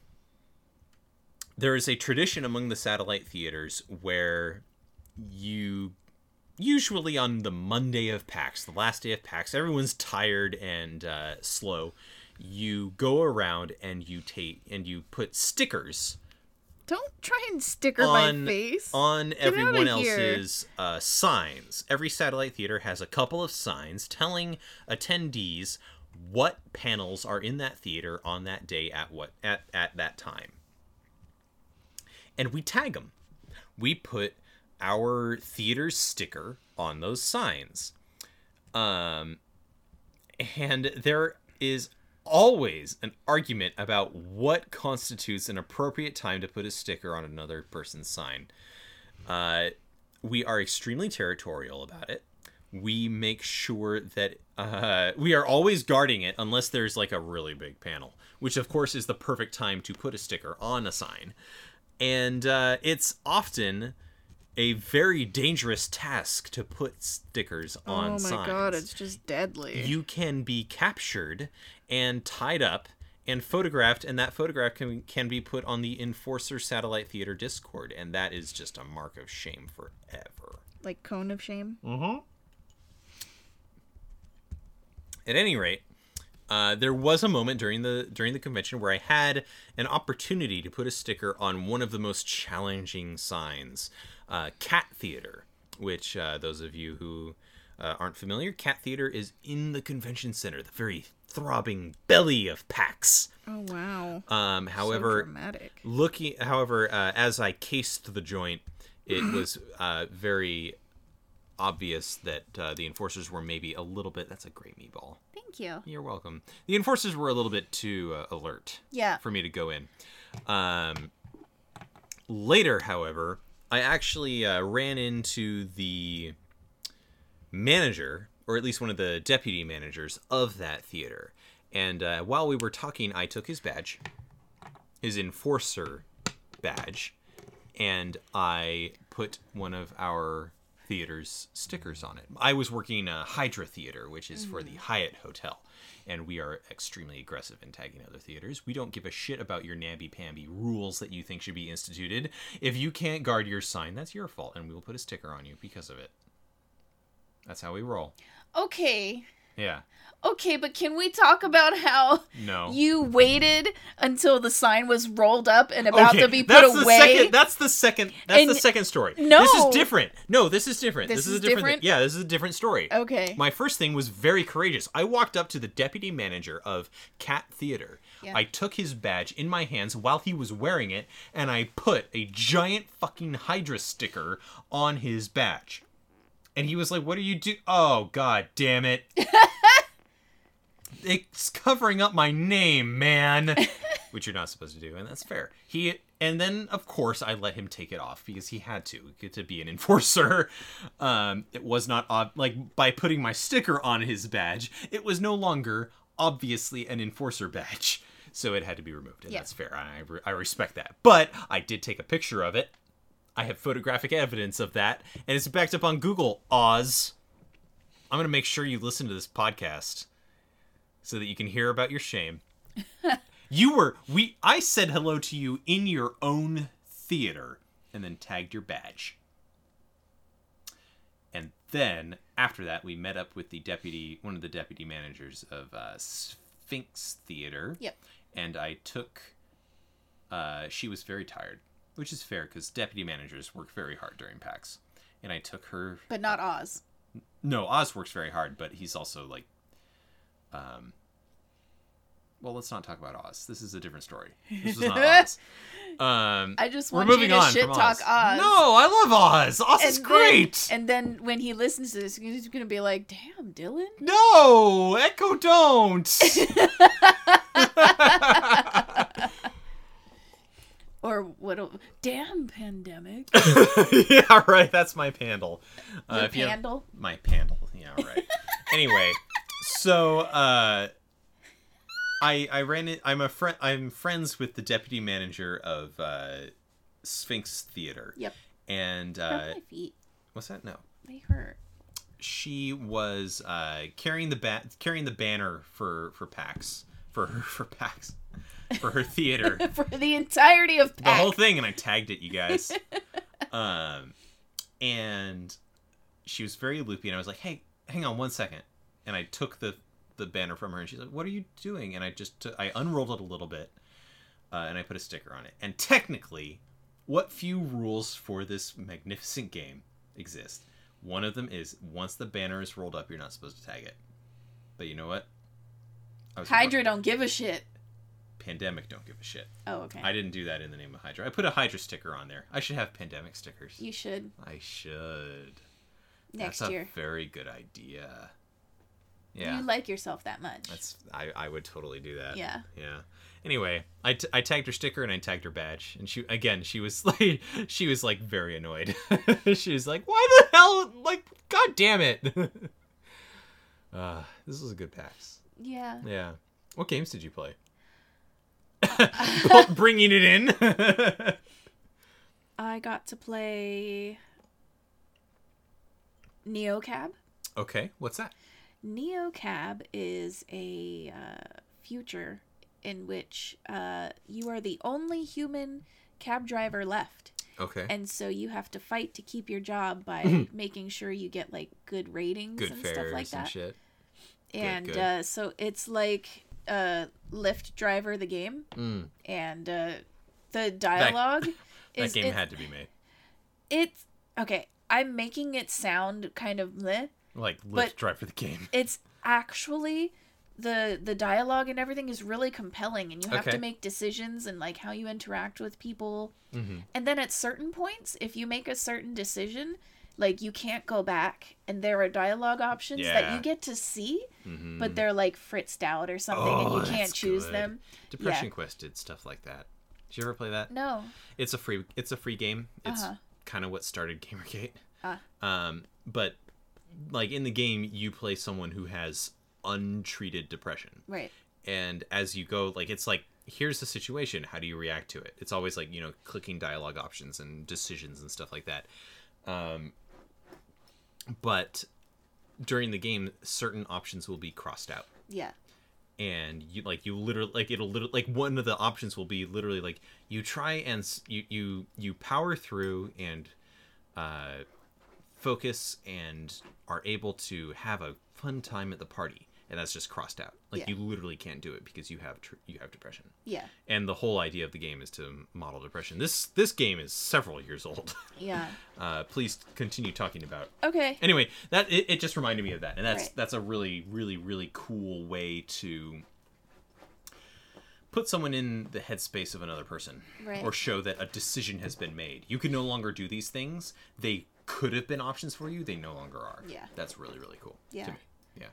there is a tradition among the satellite theaters where you usually on the Monday of PAX, the last day of PAX, everyone's tired and uh, slow. You go around and you take and you put stickers
Don't try and sticker
on
my face.
on
outta
everyone
here.
else's uh, signs. Every satellite theater has a couple of signs telling attendees what panels are in that theater on that day at what at at that time. And we tag them. We put our theater's sticker on those signs. Um and there is always an argument about what constitutes an appropriate time to put a sticker on another person's sign. Uh, we are extremely territorial about it. We make sure that uh, we are always guarding it unless there's like a really big panel, which of course is the perfect time to put a sticker on a sign. And uh, it's often a very dangerous task to put stickers
oh
on
my
signs
god, it's just deadly.
you can be captured and tied up and photographed and that photograph can, can be put on the enforcer satellite theater discord and that is just a mark of shame forever
like cone of shame.
Mm. at any rate uh, there was a moment during the during the convention where I had an opportunity to put a sticker on one of the most challenging signs, uh, Cat Theater. Which uh, those of you who uh, aren't familiar, Cat Theater is in the convention center, the very throbbing belly of PAX.
Oh wow.
Um,
so
however,
dramatic.
looking however uh, as i cased the joint it was uh, very obvious that uh, the enforcers were maybe a little bit that's a great meatball
Thank you.
you're welcome the enforcers were a little bit too uh, alert
Yeah.
for me to go in um, later however i actually uh, ran into the manager, or at least one of the deputy managers of that theater. And uh, while we were talking, I took his badge, his enforcer badge, and I put one of our theater's stickers on it. I was working uh, Hydra Theater, which is
Mm.
for the Hyatt Hotel. And we are extremely aggressive in tagging other theaters. We don't give a shit about your namby pamby rules that you think should be instituted. If you can't guard your sign, that's your fault, and we will put a sticker on you because of it. That's how we roll.
Okay.
Yeah.
Okay, but can we talk about how
No.
you waited until the sign was rolled up and about to be put
the
away?
Second, that's the second. That's the
And-
second story.
No.
this is different. No, this is different. This,
This
is,
is
a different.
different?
thi- Yeah, this is a different story.
Okay.
My first thing was very courageous. I walked up to the deputy manager of Cat Theater.
Yeah.
I took his badge in my hands while he was wearing it, and I put a giant fucking Hydra sticker on his badge. And he was like, "What are you do? Oh god damn it! it's covering up my name, man." Which you're not supposed to do, and that's fair. He and then of course I let him take it off because he had to get to be an enforcer. Um, it was not ob- like by putting my sticker on his badge, it was no longer obviously an enforcer badge, so it had to be removed, and
Yeah.
that's fair. I re- I respect that, but I did take a picture of it. I have photographic evidence of that, and it's backed up on Google. Oz, I'm gonna make sure you listen to this podcast so that you can hear about your shame. you were we. I said hello to you in your own theater, and then tagged your badge. And then after that, we met up with the deputy, one of the deputy managers of uh, Sphinx Theater.
Yep.
And I took. Uh, she was very tired, which is fair because deputy managers work very hard during PAX. And I took her
But not Oz.
no, Oz works very hard, but he's also like, um, well, let's not talk about Oz. This is a different story. This was not Oz. Um,
I just
we're
want
moving
you to
on
shit
from
talk
Oz.
Oz.
No, I love Oz. Oz is
then-
great.
and then when he listens to this, he's gonna be like, "Damn, Dylan."
No, Echo, don't.
Or what? a- Damn, pandemic.
yeah, right. That's my pandle.
Your
Uh, if you have-
pandle?
my pandle. Yeah, right. anyway, so uh, I I ran it. I'm a friend. I'm friends with the deputy manager of uh, Sphinx Theater.
Yep.
And
Rub
uh,
my feet.
what's that? No,
They hurt.
she was uh, carrying the ba- carrying the banner for for PAX for her for PAX for her theater.
For the entirety of
the whole
PAX.
thing and I tagged it, you guys. um, and she was very loopy, and I was like, "Hey, hang on one second. And I took the the banner from her, and she's like, "What are you doing?" And I just took, I unrolled it a little bit, uh, and I put a sticker on it. And technically, what few rules for this magnificent game exist. One of them is once the banner is rolled up, you're not supposed to tag it. But you know what? I was
Hydra don't give a shit.
Pandemic don't give a shit.
Oh, okay.
I didn't do that in the name of Hydra. I put a Hydra sticker on there. I should have pandemic stickers.
you should
I should.
next
That's
year.
a very good idea. Yeah.
You like yourself that much.
That's I, I would totally do that.
Yeah.
Yeah. Anyway, I, t- I tagged her sticker and I tagged her badge, and she again she was like she was like very annoyed. she was like, "Why the hell? Like, god damn it!" uh, this was a good pass.
yeah.
Yeah. What games did you play? Well, Bringing it in.
I got to play Neocab.
okay, what's that?
Neocab is a uh, future in which uh, you are the only human cab driver left.
Okay.
And so you have to fight to keep your job by making sure you get like good ratings
good
and
fares
stuff like
and
that.
shit.
and
good.
Uh, so it's like uh, Lyft Driver the game,
Mm.
and uh, the dialogue
That
is
game
it-
had to be made.
it's okay. I'm making it sound kind of meh.
Like, let's
but-
drive for the game.
It's actually the the dialogue and everything is really compelling, and you have
Okay.
to make decisions and like how you interact with people.
Mm-hmm.
And then at certain points, if you make a certain decision, like you can't go back, and there are dialogue options that
Yeah.
you get to see,
Mm-hmm.
but they're like fritzed out or something,
Oh,
and you can't
that's
choose
good.
them.
Depression Quest did stuff like that. Did you ever play that?
No.
It's a free it's a free game. It's
Uh-huh.
kind of what started Gamergate.
Ah.
Um, but like in the game, you play someone who has untreated depression,
Right.
and as you go, like it's like here's the situation. How do you react to it? It's always like you know clicking dialogue options and decisions and stuff like that. Um, but during the game, certain options will be crossed out
Yeah.
and you like you literally like it'll literally like one of the options will be literally like you try and s- you you you power through and uh focus and are able to have a fun time at the party and that's just crossed out like
Yeah.
you literally can't do it because you have tr- you have depression
Yeah.
and the whole idea of the game is to model depression this this game is several years old
Yeah.
uh please continue talking about
Okay.
anyway that it, it just reminded me of that and that's
Right.
that's a really really really cool way to put someone in the headspace of another person
Right.
or show that a decision has been made you can no longer do these things they could have been options for you they no longer are
Yeah.
that's really really cool
Yeah.
to me yeah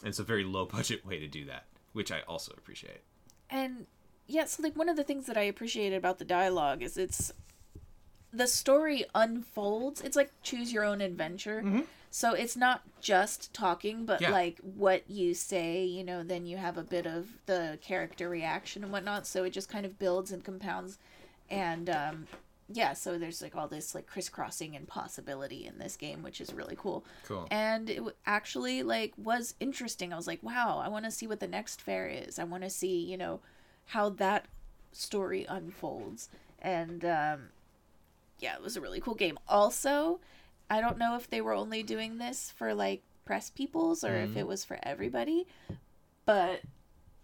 and it's a very low budget way to do that which i also appreciate
And yeah, so like one of the things that I appreciate about the dialogue is it's the story unfolds. It's like choose your own adventure. So it's not just talking, but
Yeah.
like what you say, you know, then you have a bit of the character reaction and whatnot. So it just kind of builds and compounds. And um, yeah, so there's like all this like crisscrossing and possibility in this game, which is really cool
cool
and it w- actually like was interesting i was like wow i want to see what the next fair is i want to see you know how that story unfolds and um yeah it was a really cool game also i don't know if they were only doing this for like press peoples or if it was for everybody but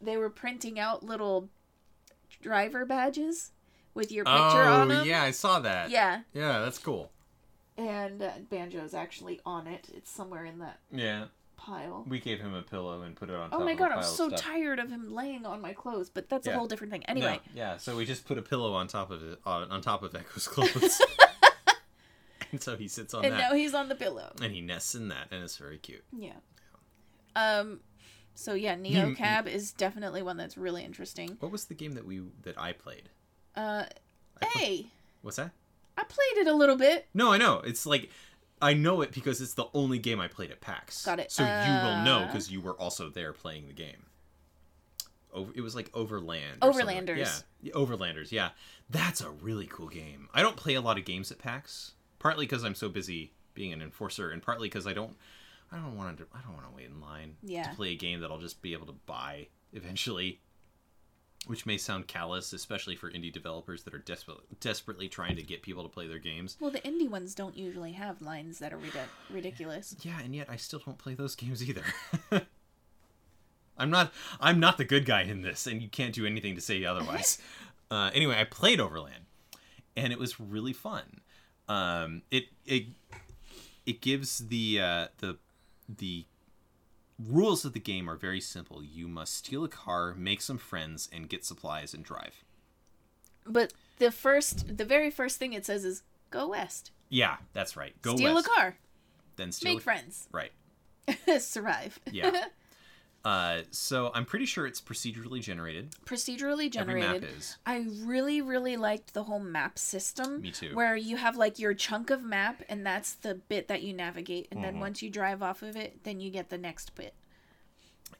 they were printing out little driver badges with your picture on them
Oh, yeah i saw that
yeah
yeah that's cool
and uh, banjo's actually on it it's somewhere in that
yeah
pile
we gave him a pillow and put it on
Oh my god, I'm so tired of him laying on my clothes, but that's
Yeah.
a whole different thing. Anyway,
No, yeah, so we just put a pillow on top of it, on, on top of Echo's clothes. and so he sits on
and
that.
now he's on the pillow.
And he nests in that, and it's very cute.
Yeah. Um so yeah, Neo Cab is definitely one that's really interesting.
What was the game that we that I played?
Uh
I pla-
hey,
What's that?
I played it a little bit.
No, I know. It's like I know it because it's the only game I played at PAX.
Got it.
So you will know
Uh,
because you were also there playing the game. Over, it was like Overland. or something.
Overlanders.
Yeah. Yeah, Overlanders. Yeah, that's a really cool game. I don't play a lot of games at PAX, partly because I'm so busy being an enforcer, and partly because I don't, I don't want to, I don't want to wait in line
Yeah.
to play a game that I'll just be able to buy eventually. Which may sound callous, especially for indie developers that are desperate, desperately trying to get people to play their games.
Well, the indie ones don't usually have lines that are ridic- ridiculous.
Yeah, and yet I still don't play those games either. I'm not I'm not the good guy in this, and you can't do anything to say otherwise. uh, anyway, I played Overland, and it was really fun. Um, it it it gives the uh, the the rules of the game are very simple. You must steal a car, make some friends, and get supplies and drive.
But the first, the very first thing it says is go west,
Yeah, that's right. Go
steal
west,
a car,
then steal
make
a-
friends,
Right.
survive.
Yeah. uh, so I'm pretty sure it's procedurally generated.
Procedurally generated.
Every map is.
I really, really liked the whole map system.
Me too.
Where you have like your chunk of map, and that's the bit that you navigate, and
Mm-hmm.
then once you drive off of it, then you get the next bit.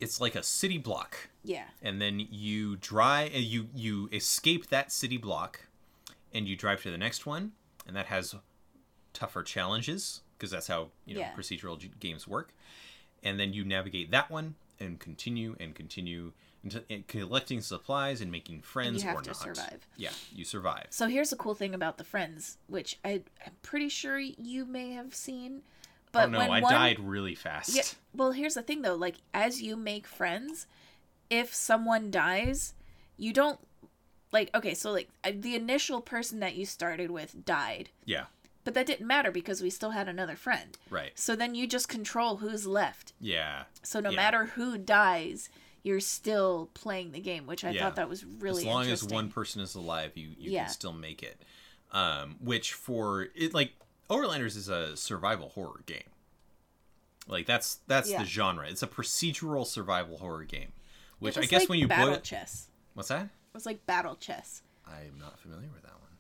It's like a city block.
Yeah.
and then you drive uh, you you escape that city block and you drive to the next one and that has tougher challenges because that's how you know
Yeah.
procedural g- games work and then you navigate that one and continue and continue until and collecting supplies and making friends
have
or
to
not
survive.
yeah you survive
So here's a cool thing about the friends, which I, I'm pretty sure you may have seen. But
oh no
when
i
one,
died really fast
Yeah. Well, here's the thing though. Like, as you make friends, if someone dies, you don't like. Okay, so like I- the initial person that you started with died,
yeah
but that didn't matter because we still had another friend.
right
So then you just control who's left.
yeah
So no
Yeah.
matter who dies, you're still playing the game, which I
Yeah.
thought that was really
as long as
interesting.
one person is alive you, you
Yeah.
can still make it um which for it like overlanders is a survival horror game like that's that's
Yeah.
the genre it's a procedural survival horror game which
It
i
was
guess
like
when you
battle
boil
chess,
what's that
it was like battle chess.
i'm not familiar with that one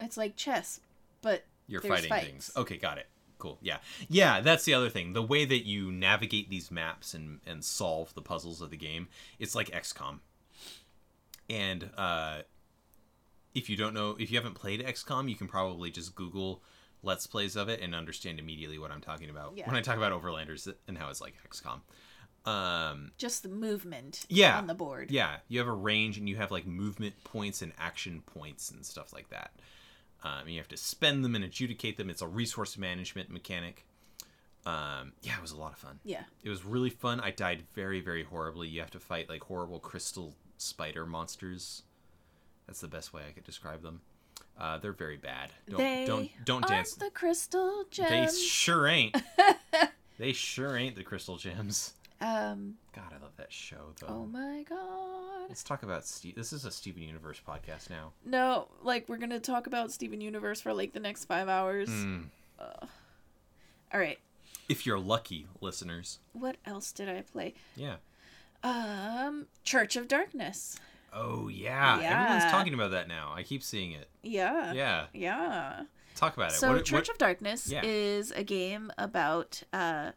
It's like chess, but
you're
there's
fighting
fights.
things okay got it cool yeah yeah that's the other thing the way that you navigate these maps and and solve the puzzles of the game it's like xcom and uh if you don't know if you haven't played xcom you can probably just google let's plays of it and understand immediately what i'm talking about
Yeah.
when i talk about overlanders and how it's like xcom um
Just the movement.
Yeah.
On the board.
yeah, you have a range and you have like movement points and action points and stuff like that. Um, you have to spend them and adjudicate them. It's a resource management mechanic. Um, yeah, it was a lot of fun.
Yeah.
It was really fun. I died very, very horribly. You have to fight like horrible crystal spider monsters. That's the best way I could describe them. Uh, they're very bad. Don't
they
don't don't dance.
are the crystal
They
gems.
sure ain't. they sure ain't the crystal gems.
um.
God, I love that show though.
Oh my god.
Let's talk about Steve. This is a Steven Universe podcast now.
No, like we're gonna talk about Steven Universe for like the next five hours.
Mm.
All right.
If you're lucky, listeners.
What else did I play?
Yeah.
Um, Church of Darkness.
Oh yeah.
Yeah.
Everyone's talking about that now. I keep seeing it.
Yeah.
Yeah.
Yeah.
Talk about it.
So,
What-
Church
what-
of Darkness
Yeah.
is a game about uh,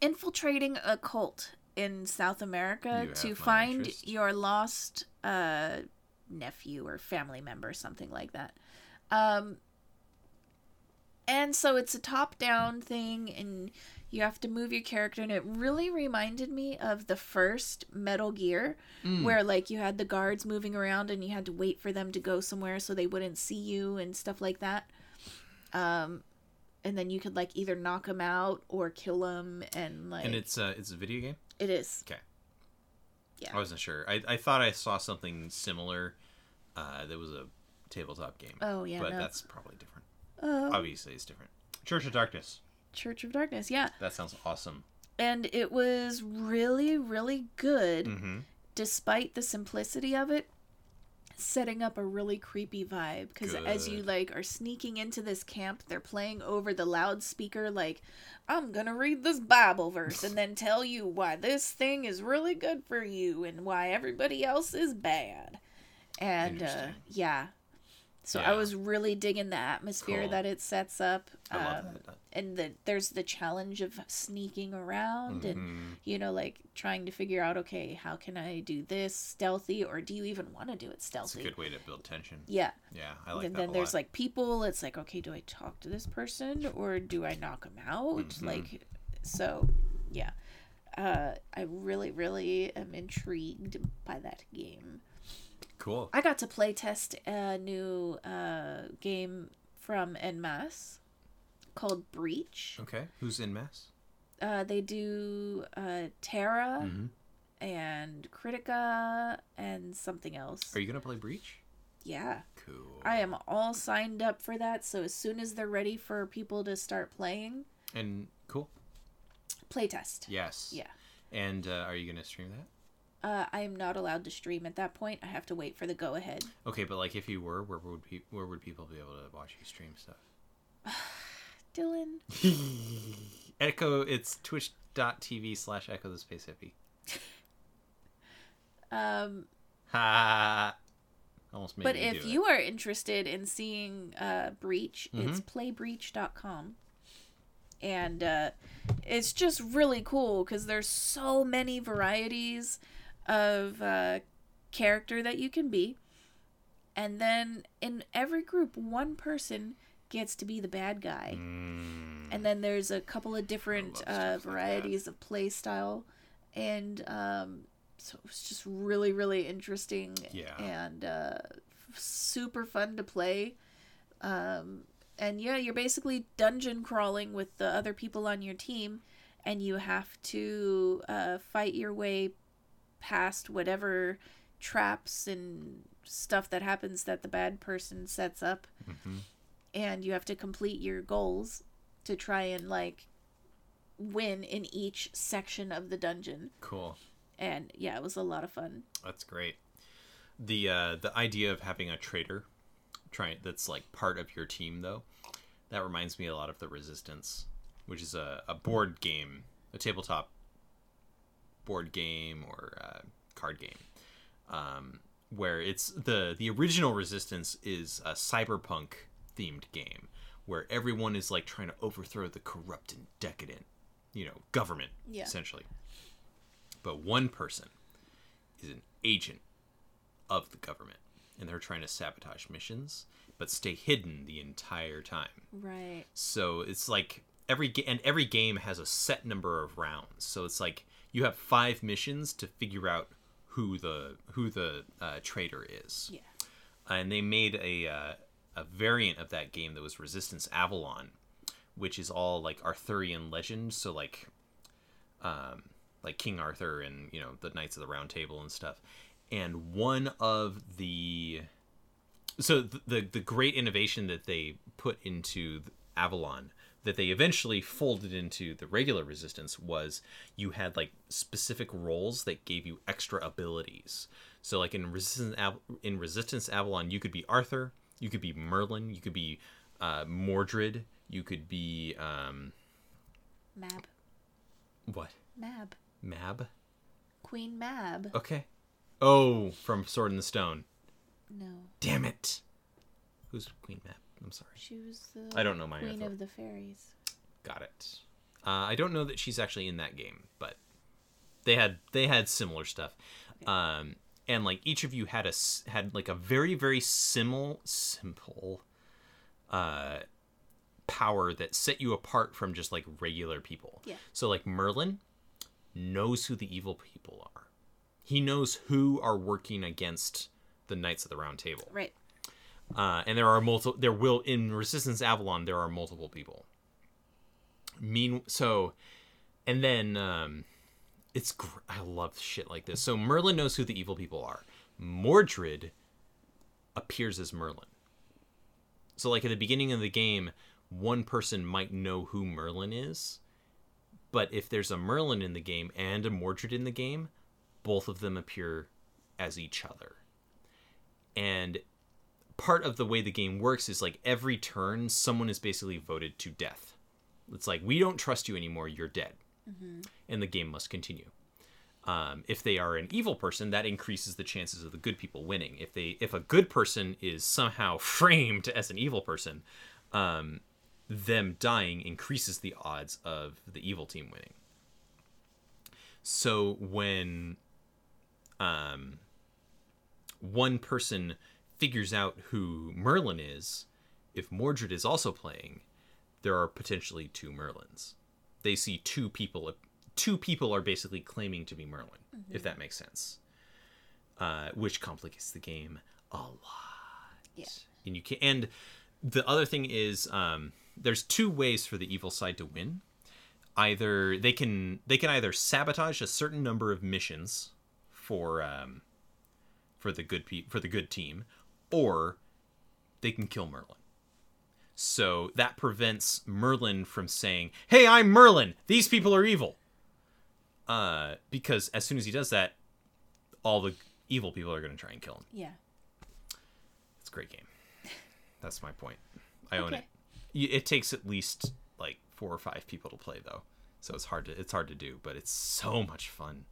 infiltrating a cult in South America
You have
to
my
find
interest.
your lost uh, nephew or family member, something like that. Um, and so it's a top down thing, and you have to move your character. And it really reminded me of the first Metal Gear,
Mm.
where like you had the guards moving around and you had to wait for them to go somewhere so they wouldn't see you and stuff like that. Um, and then you could like either knock them out or kill them, and like
and it's a it's a video game.
it is.
Okay.
Yeah.
I wasn't sure. I, I thought I saw something similar. Uh, that was a tabletop game.
Oh, yeah,
But
no.
that's probably different.
Oh,
Obviously, it's different. Church of Darkness.
Church of Darkness, yeah.
That sounds awesome.
And it was really, really good
Mm-hmm.
despite the simplicity of it, setting up a really creepy vibe. Because as you
Good.
like are sneaking into this camp, they're playing over the loudspeaker, like, I'm gonna read this Bible verse and then tell you why this thing is really good for you and why everybody else is bad. And uh,
Interesting.
yeah. So I
Yeah.
was really digging the atmosphere
Cool.
that it sets up.
I love
um,
that.
and the, there's the challenge of sneaking around and
Mhm.
you know like trying to figure out okay how can i do this stealthy or do you even want to do it
It's a
stealthy
good way to build tension.
yeah
Yeah, I like
and
that.
then
a
there's
lot.
like people it's like okay do i talk to this person or do i knock them out
Mm-hmm.
like so yeah uh i really really am intrigued by that game
cool.
i got to play test a new uh game from enmas called breach
Okay. Who's in mass?
uh, they do uh, Terra and Critica and something else.
Are you gonna play Breach?
Yeah.
Cool.
I am all signed up for that. So as soon as they're ready for people to start playing,
And cool.
playtest.
Yes.
Yeah.
And uh, are you gonna stream that?
Uh, I am not allowed to stream at that point. I have to wait for the go ahead.
Okay, but like if you were, where would pe- where would people be able to watch you stream stuff?
Dylan,
Echo. It's twitch.tv slash echo the space hippie.
um,
Ha. Almost made
but
me
if
do
you are interested in seeing uh, Breach, it's
Mm-hmm.
playbreach.com. And uh, it's just really cool because there's so many varieties of uh, character that you can be. And then in every group, one person gets to be the bad guy.
it. Mm.
and then there's a couple of different
stuff
uh,
like that.
varieties of play style and um, so it was just really really interesting
Yeah.
and uh, super fun to play um, and yeah you're basically dungeon crawling with the other people on your team and you have to uh, fight your way past whatever traps and stuff that happens that the bad person sets up
Mhm.
and you have to complete your goals to try and like win in each section of the dungeon
Cool.
and yeah it was a lot of fun
That's great. The uh, the idea of having a traitor, trying that's like part of your team though, that reminds me a lot of the Resistance, which is a, a board game, a tabletop board game or uh, card game, um, where it's the the original Resistance is a cyberpunk themed game where everyone is like trying to overthrow the corrupt and decadent, you know, government
Yeah.
essentially. But one person is an agent of the government and they're trying to sabotage missions but stay hidden the entire time
right
so it's like every ga- and every game has a set number of rounds so it's like you have five missions to figure out who the who the uh, traitor is
yeah
and they made a uh, a variant of that game that was Resistance Avalon, which is all like Arthurian legends, so like um, like King Arthur and you know the Knights of the Round Table and stuff. And one of the so the the, the great innovation that they put into th- Avalon that they eventually folded into the regular resistance was you had like specific roles that gave you extra abilities. So like in resistance Av- in resistance Avalon you could be Arthur, you could be Merlin, you could be uh, Mordred, you could be um,
mab
what
mab
Mab.
queen mab
Okay. Oh, from Sword in the Stone.
no
Damn it. Who's Queen Mab? I'm sorry.
she was the
I don't know my
queen
author.
of the fairies
Got it. Uh, I don't know that she's actually in that game, but they had they had similar stuff, um, and like each of you had a s- had like a very very simil simple uh, power that set you apart from just like regular people.
Yeah.
So like Merlin knows who the evil people are. He knows who are working against the Knights of the Round Table.
right
Uh, and there are multiple. There will in Resistance Avalon there are multiple people. Mean so, and then um, it's gr- I love shit like this. So Merlin knows who the evil people are. Mordred appears as Merlin. So like at the beginning of the game, one person might know who Merlin is, but if there's a Merlin in the game and a Mordred in the game, both of them appear as each other. And part of the way the game works is like every turn someone is basically voted to death it's like we don't trust you anymore you're dead and the game must continue um, if they are an evil person that increases the chances of the good people winning if they if a good person is somehow framed as an evil person um, them dying increases the odds of the evil team winning so when um, one person figures out who Merlin is, if Mordred is also playing, there are potentially two Merlins. They see two people. Two people are basically claiming to be Merlin, if that makes sense. Uh, which complicates the game a lot.
Yeah.
And you can. And the other thing is, um, there's two ways for the evil side to win. Either they can they can either sabotage a certain number of missions for um, for the good pe- for the good team, or they can kill Merlin. So that prevents Merlin from saying, "Hey, I'm Merlin. These people are evil." Uh, because as soon as he does that, all the evil people are going to try and kill him.
Yeah.
It's a great game. That's my point. I own it.
Okay.
Y- It takes at least like four or five people to play though, so it's hard to it's hard to do, but it's so much fun.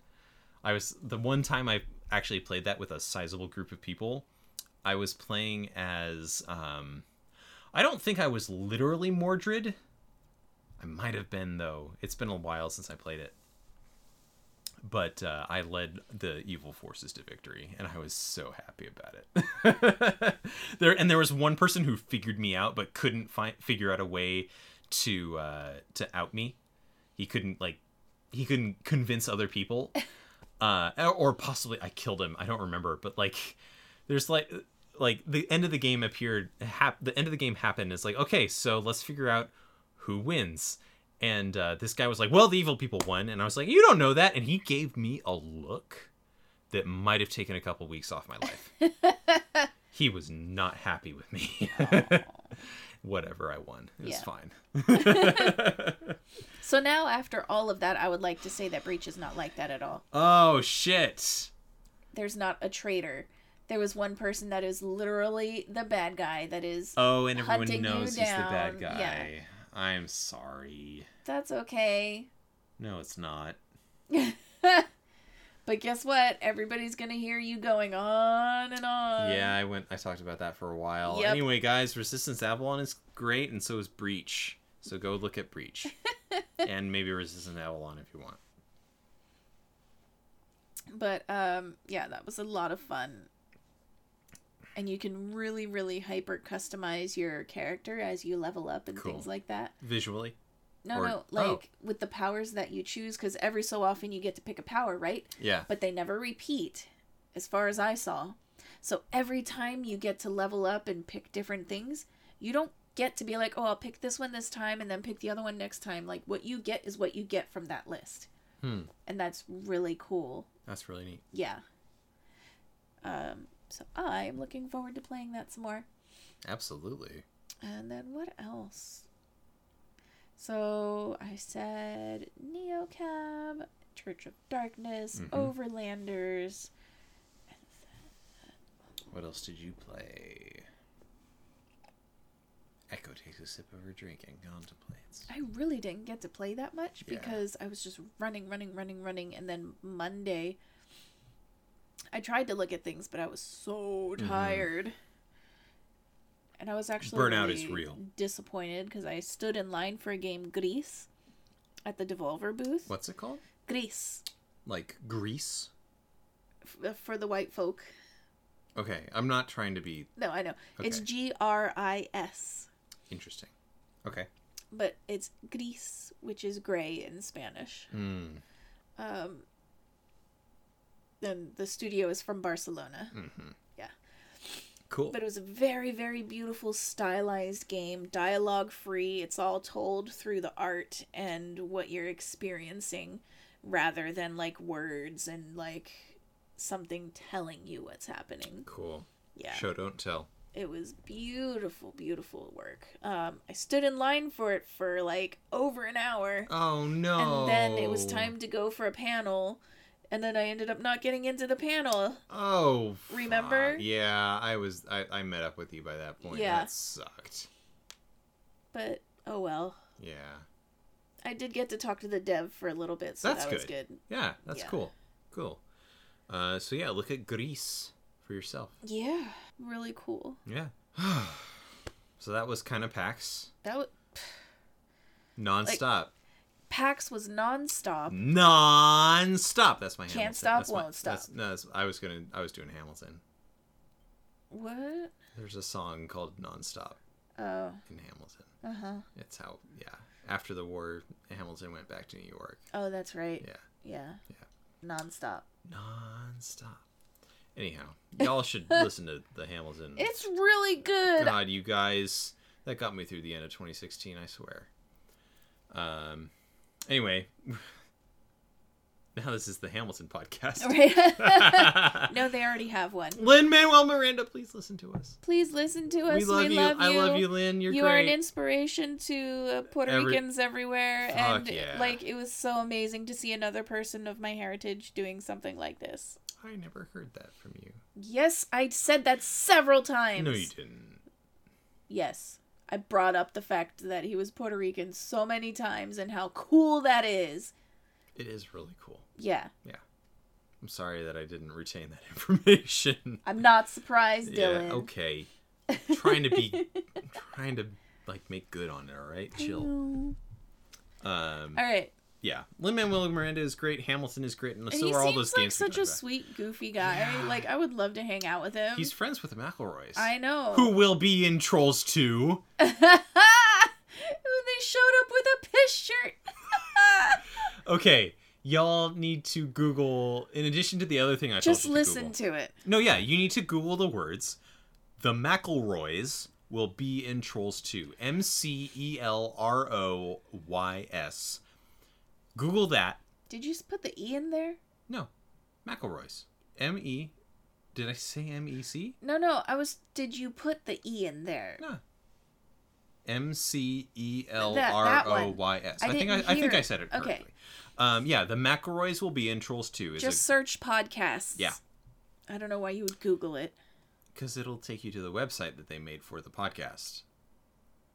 I was the one time I actually played that with a sizable group of people. I was playing as um, I don't think I was literally Mordred. I might have been though. It's been a while since I played it. But uh, I led the evil forces to victory, and I was so happy about it. there and there was one person who figured me out, but couldn't find figure out a way to uh, to out me. He couldn't like he couldn't convince other people, uh, or- or possibly I killed him. I don't remember, but like there's like like the end of the game appeared hap- the end of the game happened it's like okay so let's figure out who wins and uh, this guy was like well the evil people won and i was like you don't know that and he gave me a look that might have taken a couple weeks off my life he was not happy with me whatever i won it was
Yeah.
fine
So now, after all of that, I would like to say that Breach is not like that at all.
oh shit
There's not a traitor. There was one person that is literally the bad guy. That is.
oh and everyone
Hunting you
knows he's the bad
down,
guy
yeah.
i'm sorry
That's okay.
no it's not
But guess what? Everybody's gonna hear you going on and on.
Yeah, I went. I talked about that for a while.
Uh, Yep.
Anyway, guys, Resistance Avalon is great, and so is Breach. So go look at Breach, and maybe Resistance Avalon if you want.
But um, yeah, that was a lot of fun. And you can really, really hyper customize your character as you level up and
Cool.
things like that.
Visually,
No,
Or- oh.
no, like with the powers that you choose, because every so often you get to pick a power, right?
yeah,
But they never repeat, as far as I saw. So every time you get to level up and pick different things, you don't get to be like, oh, I'll pick this one this time and then pick the other one next time. Like, what you get is what you get from that list.
Hmm.
And that's really cool.
that's really neat.
Yeah. Um, so I'm looking forward to playing that some more.
Absolutely.
And then what else? So I said Neocab, Church of Darkness,
Mhm.
Overlanders.
What else did you play? Echo takes a sip of her drink and contemplates.
I really didn't get to play that much
Yeah.
because I was just running, running, running, running. And then Monday, I tried to look at things, but I was so
Mm-hmm.
tired. And I was actually
Burnout is
really
real.
disappointed because I stood in line for a game Grease at the Devolver booth.
What's it called?
Grease
Like Greece?
f- uh, for the white folk.
Okay, I'm not trying to be
No, I know. It's
Okay.
G R I S,
interesting. Okay.
but it's gris, which is gray in Spanish.
Hmm.
Um, and the studio is from Barcelona.
Cool.
But it was a very, very beautiful, stylized game, dialogue free. It's all told through the art and what you're experiencing rather than like words and like something telling you what's happening.
Cool.
Yeah.
Show don't tell.
it was beautiful beautiful work um i stood in line for it for like over an hour
Oh no.
and then it
Oh.
was time to go for a panel and then i ended up not getting into the panel
Oh,
Remember?
fuck. Yeah, I was. I, I met up with you by that point.
Yeah.
that sucked.
but oh well
Yeah,
i did get to talk to the dev for a little bit so
That's
that was
good.
good
yeah, that's
Yeah.
cool. Cool. Uh, so yeah, look at Greece for yourself.
yeah really cool
Yeah. so that was kind of PAX
that w-
nonstop,
pax was
Mm.
nonstop
nonstop. That's my Hamilton.
Can't stop,
That's my-
won't
that's-
stop.
no, that's, I was gonna. I was doing Hamilton.
what
There's a song called "Nonstop"
oh
in Hamilton.
uh-huh
It's how. Yeah. After the war, Hamilton went back to New York.
oh that's right
Yeah.
yeah,
Yeah.
nonstop
nonstop. Anyhow, y'all should listen to the Hamilton.
it's really good
God, you guys, that got me through the end of 2016. I swear. Um. Anyway, Now this is the Hamilton podcast.
Right? no, they already have one.
Lynn Manuel Miranda, please listen to us.
Please listen to us.
we love, you. I love you, Lynn. You're
you
great.
are an inspiration to uh, Puerto
Every-
Ricans everywhere,
Fuck
and
yeah.
like it was so amazing to see another person of my heritage doing something like this.
I never heard that from you.
Yes, I said that several times.
No, you didn't.
Yes, I brought up the fact that he was Puerto Rican so many times and how cool that is.
It is really cool.
Yeah,
I'm sorry that I didn't retain that information.
I'm not surprised,
Yeah,
Dylan.
okay. trying to be trying to like make good on it, all right? Chill.
All
Um
right.
yeah. Lin Manuel Miranda is great, Hamilton is great, and,
And
so
he
are all
seems
those
like
games. we
such a
talked about.
sweet, goofy guy. Like I would love to hang out with him.
He's friends with the McElroys.
I know.
Who will be in Trolls 2?
when they showed up with a piss shirt.
Okay. Y'all need to Google in addition to the other thing I told
Just
you to
listen
Google-
to it.
No, yeah, you need to Google the words. The McElroys will be in Trolls 2. M C E L R O Y S. Google that.
Did you just put the E in there?
No, McElroy's. M E. Did I say M E C?
No, no. I was. Did you put the E in there?
No. M C E L
That-
R
that
O
one.
Y S.
I
I think I,
didn't
I think
hear.
I said it
Okay.
correctly. Um, yeah, the McElroys will be in Trolls 2. Is
Just search podcasts.
Yeah.
I don't know why you would Google it.
because it'll take you to the website that they made for the podcast.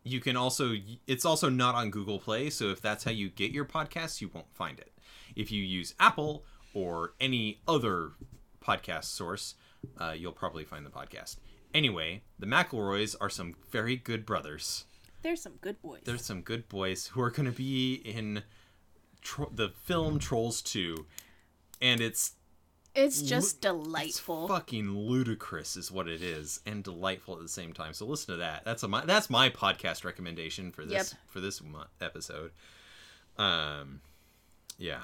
You can also it's also not on Google Play, so if that's how you get your podcasts, you won't find it. If you use Apple or any other podcast source, uh, you'll probably find the podcast. Anyway, the McElroys are some very good brothers.
There's some good boys.
There's some good boys who are going to be in tro- the film Trolls 2, and it's
it's just
it's
delightful.
fucking ludicrous is what it is, and delightful at the same time. So listen to that. That's a my, that's my podcast recommendation for this
Yep.
for this mo- episode. Um, yeah.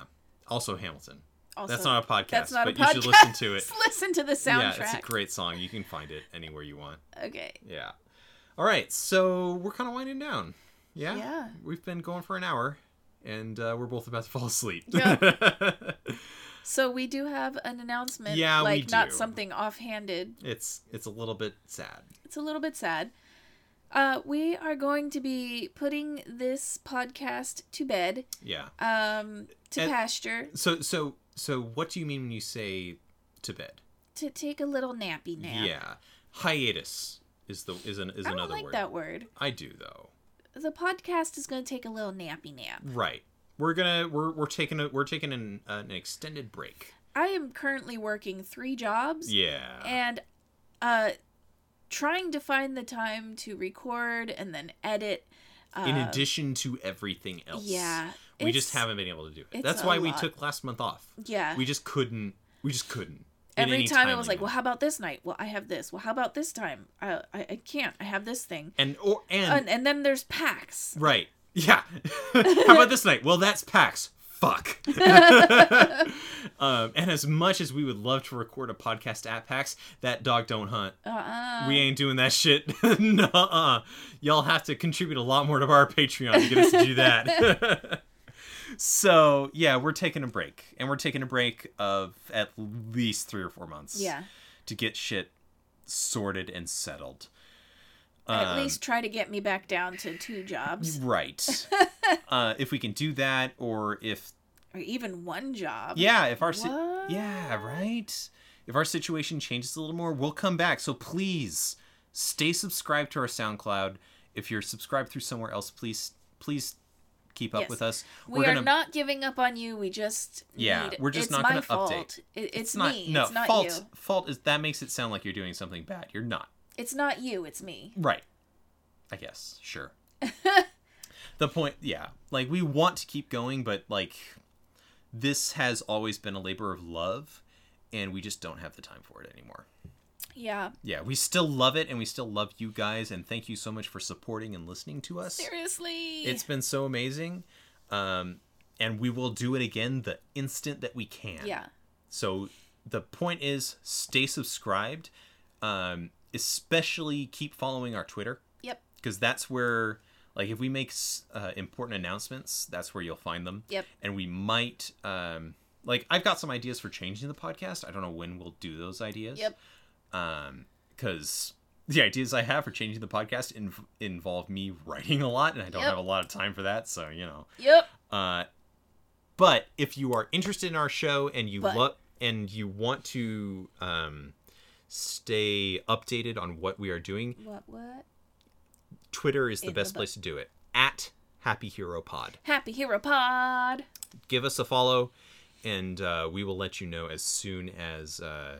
Also Hamilton.
Also,
that's not a podcast,
That's not
but
a podcast.
you should listen to it.
listen to the
Yeah,
soundtrack.
it's a great song. You can find it anywhere you want.
Okay.
Yeah. All right, so we're kind of winding down. Yeah.
Yeah.
We've been going for an hour, and uh, we're both about to fall asleep.
So we do have an announcement.
Yeah, we
like not
do.
something offhanded.
it's it's a little bit sad.
it's a little bit sad. Uh, we are going to be putting this podcast to bed,
Yeah.
um, to
And-
pasture,
So so so what do you mean when you say to bed?
to take a little nappy nap.
Hiatus is the is an is
I don't
another
like
word.
that word.
I do though.
The podcast is going to take a little nappy nap.
Right. We're gonna we're we're taking a we're taking an an extended break.
I am currently working three jobs
Yeah.
and uh, trying to find the time to record and then edit. Uh,
In addition to everything else.
yeah,
We
it's-
just haven't been able to do
it's
it. That's
a
why we
lot.
took last month off.
yeah.
We just couldn't. We just couldn't. in
Every
any
time I was
timely
like, well,
manner.
how about this night? Well, I have this. Well, how about this time? I I, I can't. I have this thing.
And or and,
and, and then there's PAX.
right. Yeah. how about this night? Well, that's PAX. Fuck. um, and as much as we would love to record a podcast at PAX, that dog don't hunt.
Uh-uh.
we ain't doing that shit. no, uh, y'all have to contribute a lot more to our Patreon to get us to do that. so yeah, we're taking a break, and we're taking a break of at least three or four months.
yeah.
to get shit sorted and settled.
At
Um,
least try to get me back down to two
Mm.
jobs
right. uh, if we can do that, or if
or even one job.
yeah, if our si-
What?
yeah right, if our situation changes a little more, we'll come back. So please stay subscribed to our SoundCloud. If you're subscribed through somewhere else, please please keep up
Yes.
with us.
We
We're
are
gonna
not giving up on you. We just
Yeah,
need-
we're just
it's
not
my
gonna update.
fault. It, it's,
it's not
me.
no
it's not
fault
you.
fault is that makes it sound like you're doing something bad. You're not.
It's not you. It's me.
Right. I guess. Sure. the point, yeah. Like, we want to keep going, but, like, this has always been a labor of love, and we just don't have the time for it anymore.
Yeah.
Yeah, we still love it, and we still love you guys, and thank you so much for supporting and listening to us.
Seriously.
It's been so amazing. Um, and we will do it again the instant that we can.
yeah.
So the point is stay subscribed. Um, especially keep following our Twitter
Yep.
because that's where like if we make s- uh, important announcements that's where you'll find them
Yep.
and we might um Like I've got some ideas for changing the podcast. I don't know when we'll do those ideas.
Yep.
Um, because the ideas I have for changing the podcast inv- involve me writing a lot, and I don't
Yep.
have a lot of time for that. So you know.
Yep.
Uh, but if you are interested in our show and you
But-
love and you want to um, stay updated on what we are doing,
What? What?
Twitter is the
In the
best
bu-
place to do it. At Happy Hero Pod,
Happy Hero Pod.
give us a follow, and uh, we will let you know as soon as uh,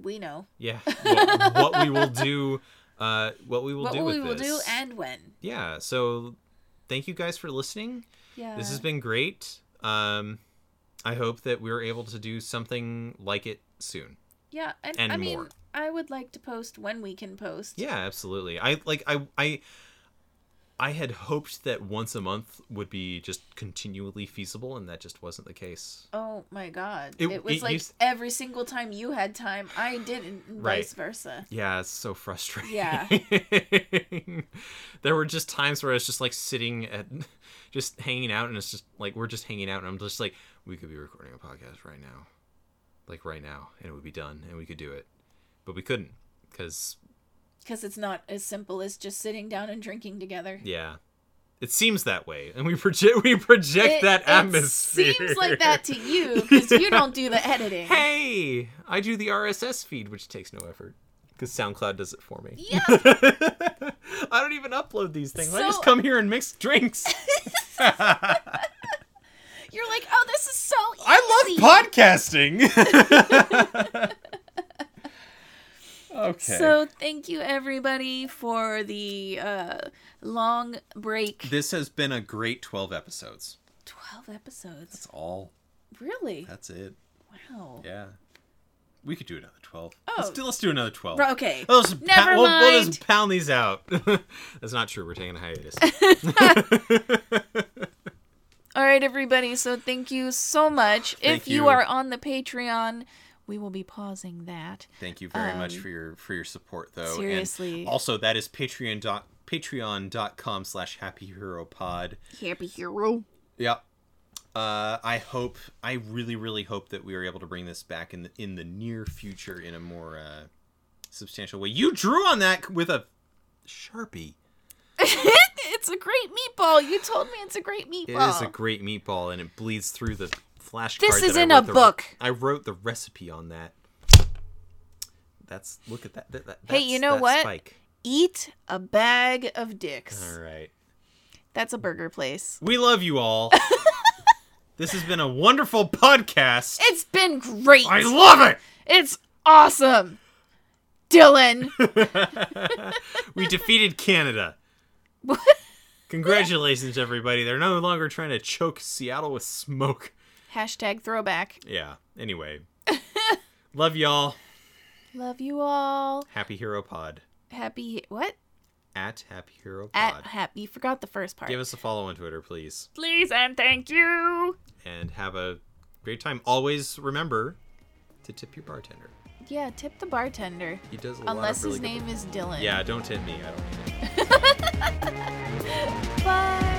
We know
yeah what, what we will do. Uh, what we will
what
do
we
with
will
this.
do and when.
yeah. So, thank you guys for listening.
Yeah.
This has been great. Um, I hope that we're able to do something like it soon.
yeah, and,
and
I mean,
more.
I would like to post when we can post.
Yeah, absolutely. I like I I I had hoped that once a month would be just continually feasible, and that just wasn't the case.
Oh my god.
It-
It, was
it
like
used-
every single time you had time, I didn't, and
Right.
vice versa.
Yeah, it's so frustrating.
Yeah.
there were just times where I was just like sitting at, just hanging out, and it's just like we're just hanging out, and I'm just like, we could be recording a podcast right now, like right now, and it would be done, and we could do it, but we couldn't because
Because it's not as simple as just sitting down and drinking together.
yeah, it seems that way, and we project we project
It-
that
it
atmosphere.
seems like that to you because you don't do the editing.
Hey, I do the RSS feed, which takes no effort because SoundCloud does it for me.
Yes.
I don't even upload these things. I
So-
just come here and mix drinks.
You're like, oh, this is so easy.
I love podcasting. okay.
So thank you everybody for the uh, long break.
this has been a great 12 episodes.
Twelve episodes.
That's all.
Really?
That's it.
Wow.
Yeah. We could do another 12.
Oh.
Let's do, let's do another 12.
Right, Okay.
Let's just
Never
pound- we'll- we'll
mind.
just pound these out. That's not true. We're taking a hiatus.
All right, everybody. So thank you so much.
Thank
if you.
you.
are on the Patreon, we will be pausing that.
Thank you very much for your for your support though.
Um, seriously.
And also that is Patreon dot patreon.com slash happy hero pod.
Happy hero.
Yeah. Uh, I hope I really, really hope that we are able to bring this back in the in the near future in a more uh, substantial way. You drew on that with a Sharpie.
it's a great meatball. You told me it's a great
It is
meatball.
a great meatball and it bleeds through the flashcard.
This
that
is
I
in
wrote
a
the-
book.
I wrote the recipe on that. That's look at that. that, that
Hey, you
that's-
know
that
what?
Spike.
Eat a bag of dicks.
All right.
That's a burger place.
We love you all. this has been a wonderful podcast.
It's been great.
I love it.
it's awesome. Dylan.
We defeated Canada. Congratulations, everybody. They're no longer trying to choke Seattle with smoke.
Hashtag throwback.
Yeah. Anyway, love y'all.
Love you all.
Happy Hero Pod
Happy what?
at Happy Hero Pod.
At happy. You forgot the first part.
Give us a follow on Twitter, please,
Please and thank you.
and have a great time. Always remember to tip your bartender.
Yeah, tip the bartender.
He does a lot
Unless
of really
his
good.
name is Dylan.
Yeah, don't tip me. I don't.
Bye.